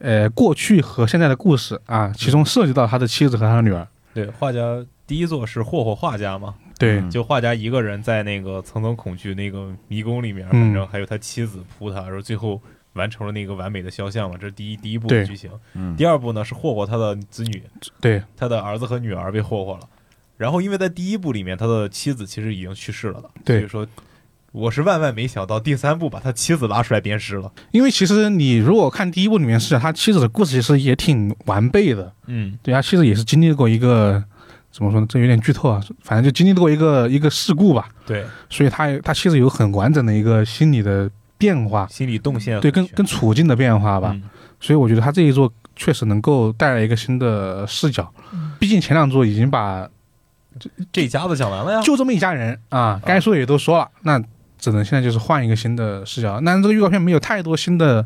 A: 呃，过去和现在的故事啊，其中涉及到他的妻子和他的女儿，
B: 对画家第一作是霍霍画家嘛，
A: 对，
E: 嗯
B: 就画家一个人在那个层层恐惧那个迷宫里面，
A: 嗯
B: 反正还有他妻子扑他，然后最后完成了那个完美的肖像嘛，这是第一第一部
A: 对
B: 剧情。
E: 嗯
B: 第二部呢是霍霍他的子女，
A: 对，
B: 他的儿子和女儿被霍霍了。然后因为在第一部里面，他的妻子其实已经去世了的，
A: 对
B: 所以说我是万万没想到第三部把他妻子拉出来鞭尸了。
A: 因为其实你如果看第一部里面视啊角，他妻子的故事其实也挺完备的，
B: 嗯，
A: 对，他妻子也是经历过一个怎么说呢，这有点剧透啊，反正就经历过一个一个事故吧，
B: 对，
A: 所以他他妻子有很完整的一个心理的变化，
B: 心理动线
A: 对，跟
B: 很全
A: 跟处境的变化吧，
B: 啊嗯
A: 所以我觉得他这一作确实能够带来一个新的视角，毕竟前两作已经把
B: 这一家子讲完
E: 哦
B: 了呀。
A: 就这么一家人啊，该说也都说了，那只能现在就是换一个新的视角。但是这个预告片没有太多新的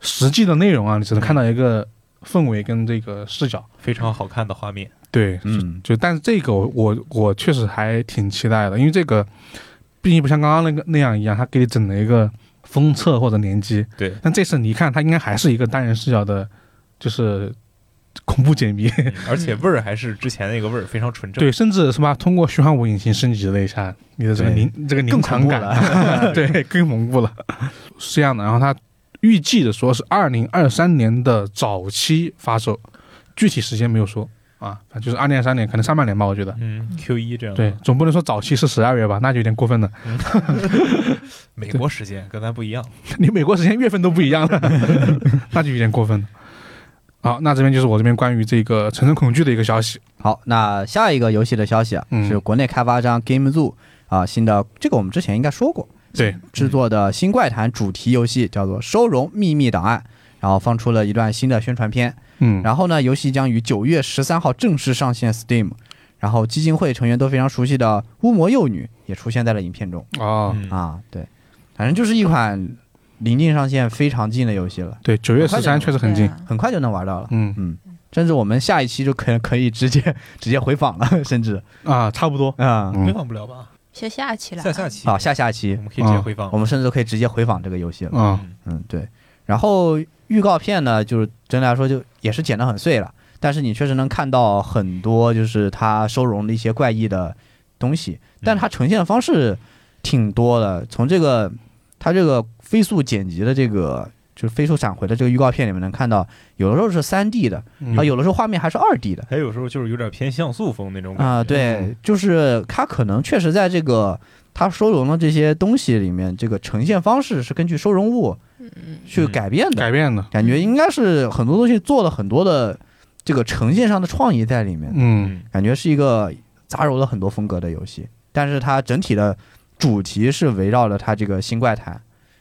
A: 实际的内容啊，你只能看到一个氛围跟这个视角。
B: 非常好看的画面，
A: 对，
E: 嗯
A: 就但是这个我我我确实还挺期待的，因为这个毕竟不像刚刚那个那样一样，他给你整了一个封测或者联机。
B: 对
A: 但这次你一看，它应该还是一个单人视角的，就是恐怖解 谜。
B: 嗯而且味儿还是之前那个味儿，非常纯正。
A: 对，甚至是吧，通过虚幻五引擎升级了一下你的这个
E: 对
A: 临这个临
E: 更
A: 场
E: 恐怖
A: 感，啊
E: 了。
A: 对，更蒙固了。是这样的，然后它预计的说是二零二三年的早期发售，具体时间没有说啊，反正就是二零二三年，可能上半年吧，我觉得。
B: 嗯，Q 一这样
A: 对，总不能说早期是十二月吧，那就有点过分了。
B: 美国时间跟咱不一样。
A: 你美国时间月份都不一样 了，那就有点过分了。好，那这边就是我这边关于这个《层层恐惧》的一个消息。
E: 好，那下一个游戏的消息啊，
A: 嗯
E: 是国内开发商 GameZoo 啊，新的这个我们之前应该说过，
A: 对，
E: 制作的新怪谈主题游戏叫做《收容秘密档案》，然后放出了一段新的宣传片。
A: 嗯，
E: 然后呢，游戏将于九月十三号正式上线 Steam。然后基金会成员都非常熟悉的巫魔幼女也出现在了影片中
A: 哦，
B: 嗯，
E: 啊，对，反正就是一款临近上线非常近的游戏了，
A: 对，九月十
B: 啊
A: 三确实很近。
D: 啊
E: 很快就能玩到了，
A: 嗯
E: 甚至我们下一期就可可以直接直接回访了， 甚至
A: 啊，差不多。
E: 啊，
A: 嗯
B: 回放不了吧？
D: 下下期了，啊
B: 下下期
E: 好，啊下下
B: 我
E: 期
B: 们可以直接回放
E: 我。们甚至可以直接回访这个游戏了。
A: 啊，
E: 嗯，对。然后预告片呢，就是真的来说就也是剪得很碎了，但是你确实能看到很多就是它收容的一些怪异的东西，但它呈现的方式挺多的。从这个它这个飞速剪辑的这个就是飞速闪回的这个预告片里面能看到，有的时候是三 D 的，
A: 嗯
E: 啊，有的时候画面还是二 D 的。
B: 还有时候就是有点偏像素风那种感觉
E: 啊、
A: 嗯
E: 对，就是它可能确实在这个它收容的这些东西里面，这个呈现方式是根据收容物去
B: 嗯
E: 改变的，
A: 改变了。
E: 感觉应该是很多东西做了很多的这个呈现上的创意在里面，
A: 嗯，
B: 嗯，
E: 感觉是一个杂糅了很多风格的游戏，但是它整体的主题是围绕着它这个新怪谈，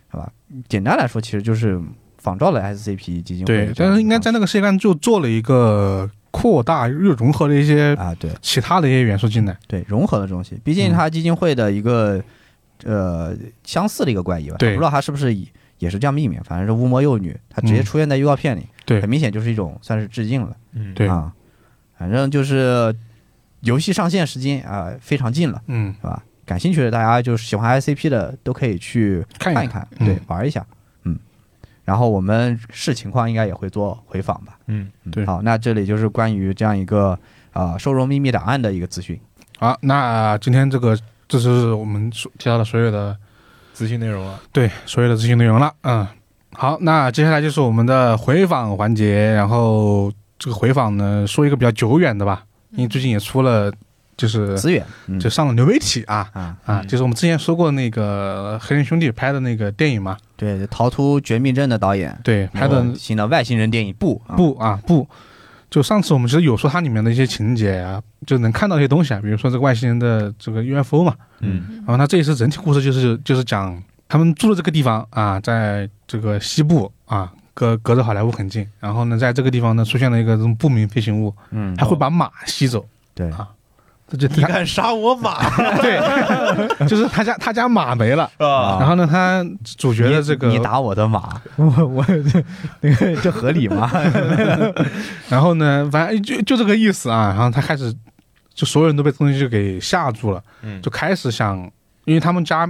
E: 好吧？简单来说，其实就是仿照了 SCP 基金会
A: 对
E: 啊的，这
A: 但
E: 样一
A: 是
E: 个
A: 应该在那个世界观就做了一个扩大又融合了一些
E: 啊，对。
A: 其他的一些元素进来。
E: 对融合的东西，毕竟
A: 嗯
E: 它基金会的一个、呃相似的一个怪异吧，
A: 对
E: 不知道它是不是也也是这样命名，反正是巫魔幼女，它直接
A: 嗯
E: 出现在预告片里，
A: 对
E: 很明显就是一种算是致敬了，
B: 嗯
A: 对
E: 啊。反正就是游戏上线时间啊、非常近了，
A: 嗯，
E: 是吧？感兴趣的大家就是喜欢 ICP 的都可以去
A: 看一
E: 看一
A: 看，
E: 看，
A: 嗯
E: 对，玩一下，嗯。然后我们视情况应该也会做回访吧。
B: 嗯，
A: 对
E: 好，那这里就是关于这样一个啊、呃收容秘密档案的一个资讯。
A: 好，那今天这个这是我们所提到的所有的
B: 资讯内容啊了，
A: 对所有的咨询内容了。嗯，好，那接下来就是我们的回访环节。然后这个回访呢，说一个比较久远的吧，因为最近也出了，就是
E: 资源，嗯
A: 就上了流媒体啊
E: 啊，
A: 啊，
B: 嗯
A: 就是我们之前说过那个黑人兄弟拍的那个电影嘛，
E: 对，逃出绝命镇的导演
A: 对，拍的
E: 嗯新的外星人电影不啊
A: 不啊不，就上次我们其实有说它里面的一些情节啊，就能看到一些东西啊，比如说这个外星人的这个 UFO 嘛，
B: 嗯
A: 然后它这一次整体故事就是就是讲他们住的这个地方啊，在这个西部啊，隔隔着好莱坞很近，然后呢，在这个地方呢出现了一个这种不明飞行物，
E: 嗯
A: 还会把马吸走，
E: 对
A: 啊，这就
B: 你
A: 他
B: 敢杀我马
A: 对，就是他家他家马没了，
B: 啊？
A: 然后呢，他主角的这个
E: 你你打我的马， 我我这那个这合理吗？
A: 然后呢，反正就就这个意思啊。然后他开始，就所有人都被这东西就给吓住了，
B: 嗯，
A: 就开始想，因为他们家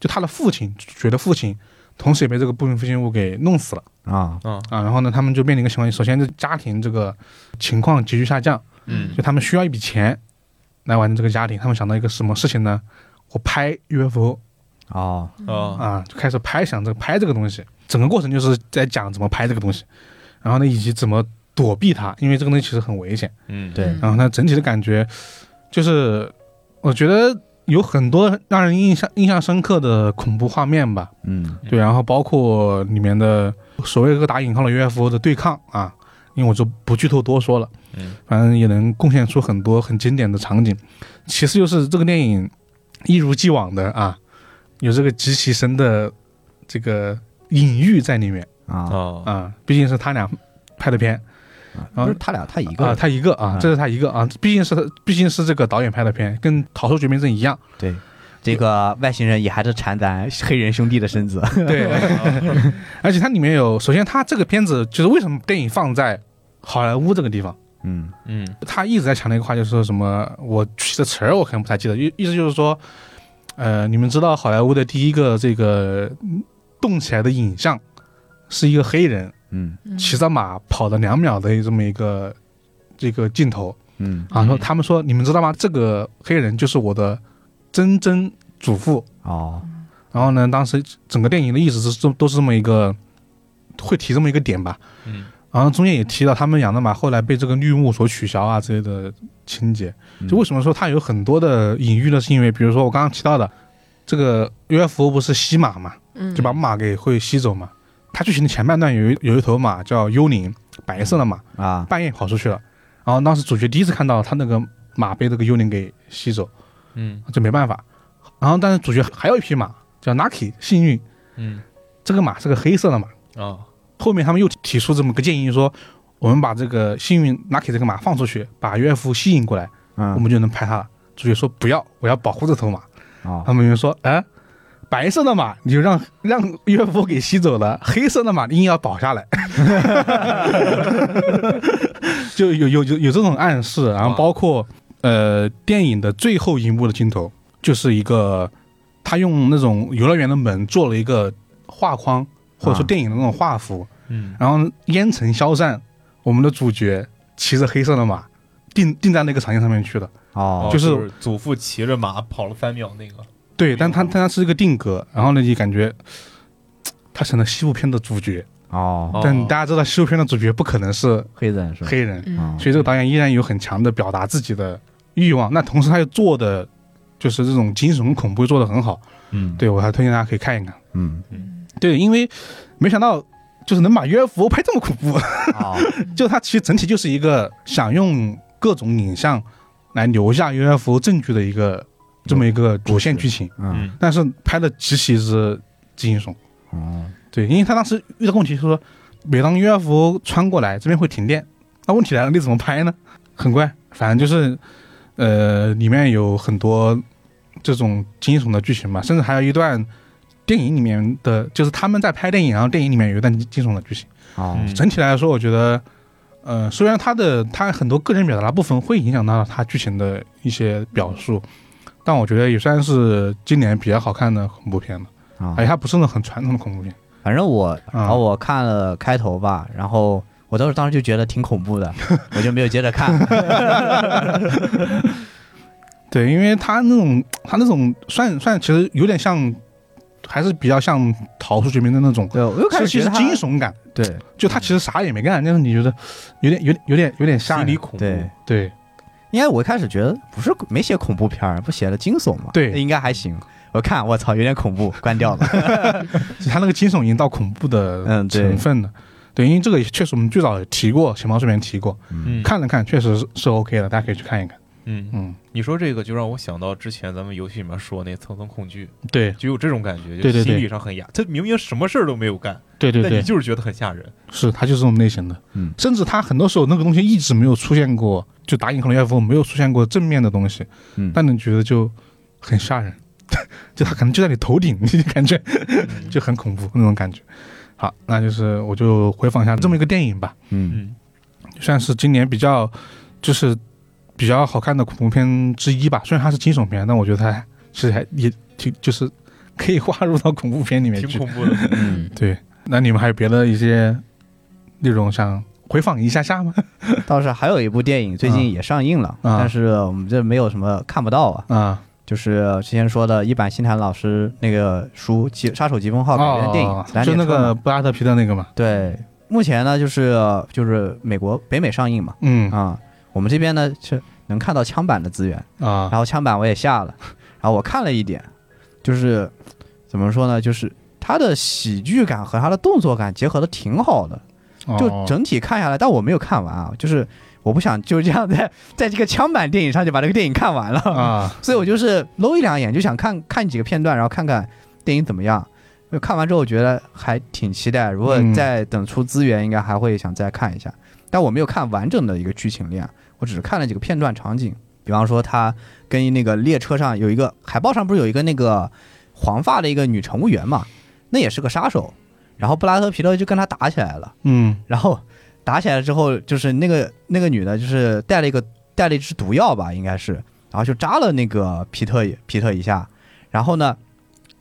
A: 就他的父亲，主角的父亲，同时也被这个不明飞行物给弄死了
E: 啊，
B: 啊，
A: 啊。然后呢，他们就面临一个情况，首先是家庭这个情况急剧下降，
B: 嗯
A: 就他们需要一笔钱来完成这个家庭。他们想到一个什么事情呢？我拍 UFO
E: 哦，
D: 嗯
B: 啊，
A: 啊，就开始拍，想着拍这个东西。整个过程就是在讲怎么拍这个东西，然后呢，以及怎么躲避它，因为这个东西其实很危险。
B: 嗯，
E: 对，
A: 然后它整体的感觉就是，我觉得有很多让人印象印象深刻的恐怖画面吧，
E: 嗯
A: 对，然后包括里面的所谓这个打引号的 UFO 的对抗啊，因为我就不剧透多说了，
B: 嗯，
A: 反正也能贡献出很多很经典的场景。其次就是这个电影一如既往的啊，有这个极其深的这个隐喻在里面
E: 啊，
B: 哦，
A: 啊，毕竟是他俩拍的片，
E: 不是他俩，他一
A: 啊、
E: 个，
A: 他一个啊
E: 嗯，
A: 这是他一个啊，毕竟是他，毕竟是这个导演拍的片，跟《逃出绝命镇》一 样。
E: 对，这个外星人也还是缠咱黑人兄弟的身子，
A: 对，
B: 嗯
A: 而且它里面有，首先它这个片子就是为什么电影放在好莱坞这个地方，
E: 嗯
B: 嗯
A: 他一直在强调一个话，就是说什么我记的词儿我可能不太记得，意意思就是说，呃，你们知道好莱坞的第一个这个嗯动起来的影像是一个黑人
E: 嗯
A: 骑着马跑了两秒的这么一个这个镜头，
E: 嗯，
A: 啊，说
B: 嗯
A: 他们说你们知道吗？这个黑人就是我的曾曾祖父。
E: 哦，
A: 然后呢，当时整个电影的意思是都都是这么一个，会提这么一个点吧。
B: 嗯
A: 然后中间也提到他们养的马后来被这个绿幕所取消啊之类的情节。
E: 嗯
A: 就为什么说它有很多的隐喻呢？是因为比如说我刚刚提到的，这个 UFO 不是吸马嘛，
D: 嗯
A: 就把马给会吸走嘛。它剧情的前半段有一有一头马叫幽灵，白色的马，
E: 啊，
A: 半夜跑出去了。然后当时主角第一次看到他那个马被这个幽灵给吸走，
B: 嗯
A: 这没办法。然后但是主角还有一匹马叫 Lucky，幸运，
B: 嗯
A: 这个马是个黑色的马。
B: 啊，
A: 后面他们又提出这么个建议说，我们把这个幸运 Lucky 这个马放出去，把 UFO 吸引过来，我
E: 嗯，
A: 们就能拍它了。主角说不要，我要保护这头马。
E: 哦，
A: 他们就说，哎，白色的马你就让让 UFO 给吸走了，黑色的马你硬要保下来， 就有有有有这种暗示。然后包括呃电影的最后一幕的镜头，就是一个他用那种游乐园的门做了一个画框，或者说
E: 啊
A: 电影的那种画幅，
B: 嗯
A: 然后烟尘消散，我们的主角骑着黑色的马。定定在那个场景上面去的，
E: 哦，
A: 就是
B: 祖父骑着马跑了三秒那个，
A: 对，但他但他是一个定格，然后呢，你感觉嘖他成了西部片的主角，
E: 哦，
B: 哦
A: 但大家知道西部片的主角不可能是
E: 黑人是吧？
A: 黑人，
D: 嗯
A: 所以这个导演依然有很强的表达自己的欲望。那同时他又做的就是这种惊悚恐怖做的很好，
E: 嗯，
A: 对我还推荐大家可以看一看。
E: 嗯，
A: 对，因为没想到就是能把 UFO 拍这么恐怖，
E: 哦，
A: 嗯就它其实整体就是一个想用各种影像来留下 UFO 证据的一个这么一个主线剧情，
E: 嗯，
A: 但是拍的极其之惊悚。
E: 哦，
A: 对，因为他当时遇到个问题是说，每当 UFO 穿过来，这边会停电。那问题来了，你怎么拍呢？很怪，反正就是，呃，里面有很多这种惊悚的剧情嘛，甚至还有一段电影里面的，就是他们在拍电影，然后电影里面有一段惊悚的剧情。
E: 哦，
B: 嗯
A: 整体来说，我觉得呃，虽然他的他很多个人表达部分会影响到他剧情的一些表述，但我觉得也算是今年比较好看的恐怖片了。
E: 啊
A: 而且它不是那种很传统的恐怖片，
E: 反正我，
A: 嗯
E: 然后我看了开头吧，然后我当时当时就觉得挺恐怖 的，我就没有接着看。
A: 对，因为它那种它那种算算其实有点像，还是比较像《逃出绝命镇》那种，
E: 对，我又开
A: 是
E: 始
A: 其
E: 觉
A: 实
E: 得
A: 惊
E: 它
A: 悚感，
E: 对
A: 就他其实啥也没干，但是你觉得有点有点有点有点吓
B: 心理
A: 人。
B: 恐
E: 对
B: 怖，，
A: 对
E: 应该我一开始觉得不是没写恐怖片儿，不写了惊悚嘛，
A: 对
E: 那应该还行。我看我操，有点恐怖，关 掉了。
A: 他那个惊悚已经到恐怖的
E: 嗯对
A: 成分了。对，因为这个也确实我们最早也提过，小猫这边提过，
B: 嗯
A: 看了看确实是是 OK 的，大家可以去看一看。
B: 嗯，
A: 嗯，
B: 你说这个就让我想到之前咱们游戏里面说那层层恐惧，
A: 对
B: 就有这种感觉，
A: 对对对
B: 就心理上很压。他明明什么事儿都没有干，
A: 对对
B: 但你
A: 对，
B: 就是觉得很吓人。
A: 是它就是这种类型的。
E: 嗯，
A: 甚至它很多时候那个东西一直没有出现过，就打引号的 UFO 没有出现过正面的东西，
E: 嗯
A: 但你觉得就很吓人， 就它可能就在你头顶，你 就感觉就很恐怖那种感觉。好，那就是我就回访一下这么一个电影吧。
E: 嗯
B: 嗯
A: 算是今年比较就是比较好看的恐怖片之一吧。虽然它是惊悚片，但我觉得它其实还也挺就是可以 划入到恐怖片里面
B: 挺
A: 去。
B: 恐怖的。
E: 嗯，
A: 对，那你们还有别的一些内容想回访一下下吗？
E: 倒是还有一部电影最近也上映了，
A: 嗯啊
E: 但是我们这没有什么看不到啊，
A: 啊，
E: 就是之前说的一版新坛老师那个书《疾杀手疾风号》改编的电
A: 哦
E: 影，
A: 就那
E: 蓝脸车
A: 个
E: 嘛
A: 布拉德皮特那个嘛。
E: 对。目前呢，就是就是美国北美上映嘛，
A: 嗯
E: 啊，我们这边呢是能看到枪版的资源，
A: 啊
E: 然后枪版我也下了，然后我看了一点，就是怎么说呢，就是它的喜剧感和它的动作感结合的挺好的，就
A: 哦
E: 整体看下来，但我没有看完啊，就是我不想就这样在 在这个枪版电影上就把这个电影看完了，
A: 啊，
E: 所以我就是搂一两眼就想看看几个片段，然后看看电影怎么样。就看完之后，我觉得还挺期待。如果
A: 嗯
E: 再等出资源，应该还会想再看一下。但我没有看完整的一个剧情链，我只是看了几个片段场景。比方说，他跟那个列车上有一个海报上不是有一个那个黄发的一个女乘务员嘛，那也是个杀手。然后布拉德皮特就跟他打起来了。
A: 嗯
E: 然后打起来之后，就是那个那个女的，就是带了一个带了一支毒药吧，应该是，然后就扎了那个皮特一皮特一下，然后呢，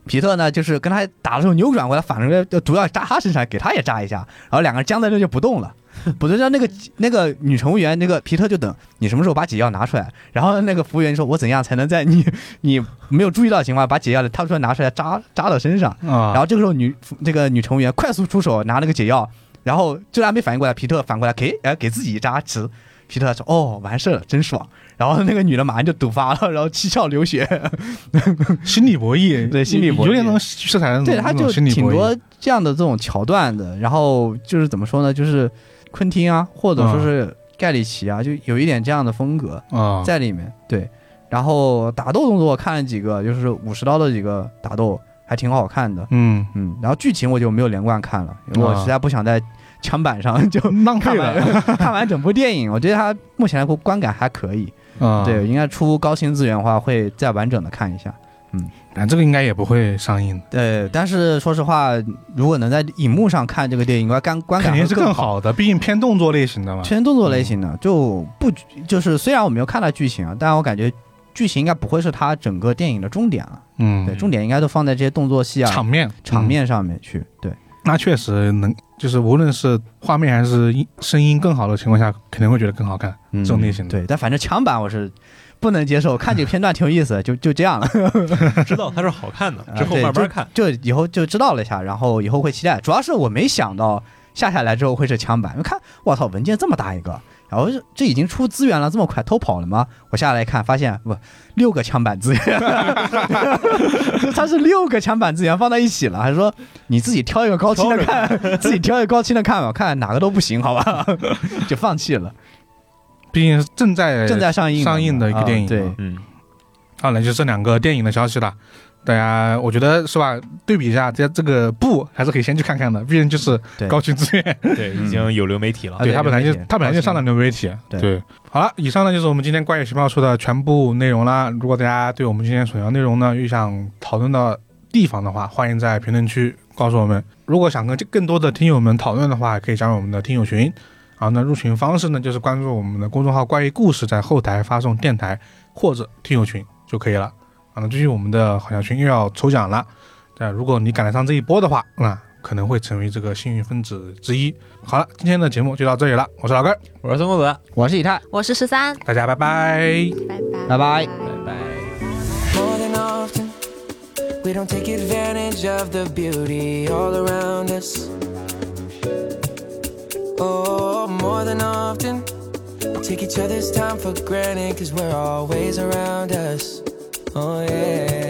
E: 皮特呢就是跟他打的时候扭转过来，反正这毒药扎他身上，给他也扎一下，然后两个人僵在那就不动了。不是让那个那个女乘务员，那个皮特就等你什么时候把解药拿出来。然后那个服务员说：“我怎样才能在你你没有注意到的情况下把解药掏出来拿出来扎扎到身上？”然
A: 啊，
E: 后这个时候女这个女乘务员快速出手拿了个解药，然后居然没反应过来，皮特反过来给哎给自己一扎吃。皮特说：“哦，完事了，真爽。”然后那个女的马上就毒发了，然后七窍 流血。
A: 心理博弈，
E: 对心理博弈
A: 有点那种色彩的那种，
E: 对，他
A: 那种
E: 就
A: 嗯心理
E: 挺
A: 博弈
E: 多这样的这种桥段的。然后就是怎么说呢，就是昆汀啊，或者说是盖里奇啊，就有一点这样的风格。
A: 啊，
E: 在里面。对，然后打斗动作我看了几个，就是武士刀的几个打斗还挺好看的。
A: 嗯，
E: 嗯，然后剧情我就没有连贯看了，因为我
A: 啊
E: 实在不想在墙板上 就
A: 浪费
E: 看完
A: 了
E: 看完整部电影。我觉得它目前来说观感还可以，
A: 啊，
E: 对，应该出高清资源的话会再完整的看一下。
A: 但这个应该也不会上映的，
E: 对，但是说实话，如果能在荧幕上看这个电影，观感观感
A: 肯定是
E: 会更
A: 更。好的，毕竟偏动作类型的嘛。
E: 全动作类型的就不就是虽然我没有看到剧情啊，但我感觉剧情应该不会是它整个电影的重点了。
A: 嗯，
E: 对，重点应该都放在这些动作戏啊、
A: 场面
E: 场、面上面去。对，
A: 嗯那确实能，就是无论是画面还是音声音更好的情况下，肯定会觉得更好看。
E: 嗯
A: 这种类型的
E: 对，但反正枪版我是不能 接受，看几个片段挺有意思，就就这样了。
B: 知道它是好看的，之
E: 啊
B: 后
E: 对
B: 慢慢看。
E: 就以后就知道了一下，然后以后会期待。主要是我没想到下下来之后会是枪版，因为看我操文件这么大一个，然后这这已经出资源了，这么快偷跑了吗？我下来一看，发现不六个枪版资源， 它是六个枪版资源放在一起了，还说你自己挑一个高清的看， 自己挑一个高清的看吧，看哪个都不行，好吧， 就放弃了。
A: 毕竟是正在
E: 正在上映
A: 上映的一个
E: 啊
A: 电影
E: 对
A: 嘛，
B: 嗯，
A: 好了，就这两个电影的消息了。大家，我觉得是吧？对比一下，这这个部还是可以先去看看的，毕竟就是
E: 对
A: 高清资源。
B: 对，已经有流媒体了。
E: 啊
A: 对，
E: 对
A: 它本来就
E: 流媒体
A: 它本来就上了流媒体。
E: 对
A: 对，好了，以上呢就是我们今天关于情报说的全部内容啦。如果大家对我们今天所聊内容呢有想讨论的地方的话，欢迎在评论区告诉我们。如果想跟更多的听友们讨论的话，可以加入我们的听友群。好，那入群方式呢，就是关注我们的公众号“关于故事”，在后台发送“电台”或者“听友群”就可以了。啊，那最近我们的好小群又要抽奖了，那如果你赶得上这一波的话，那可能会成为这个幸运分子之一。好了，今天的节目就到这里了，我是老根儿，
B: 我是孙公子，
E: 我是以太，
D: 我是十三，
A: 大家拜拜。
D: 拜拜，
E: 拜
B: 拜
E: 拜
B: 拜。
F: More than often, we don't take advantage of the beauty all around us. Oh, more than often, we take each other's time for granted because we're always around us. Oh, yeah.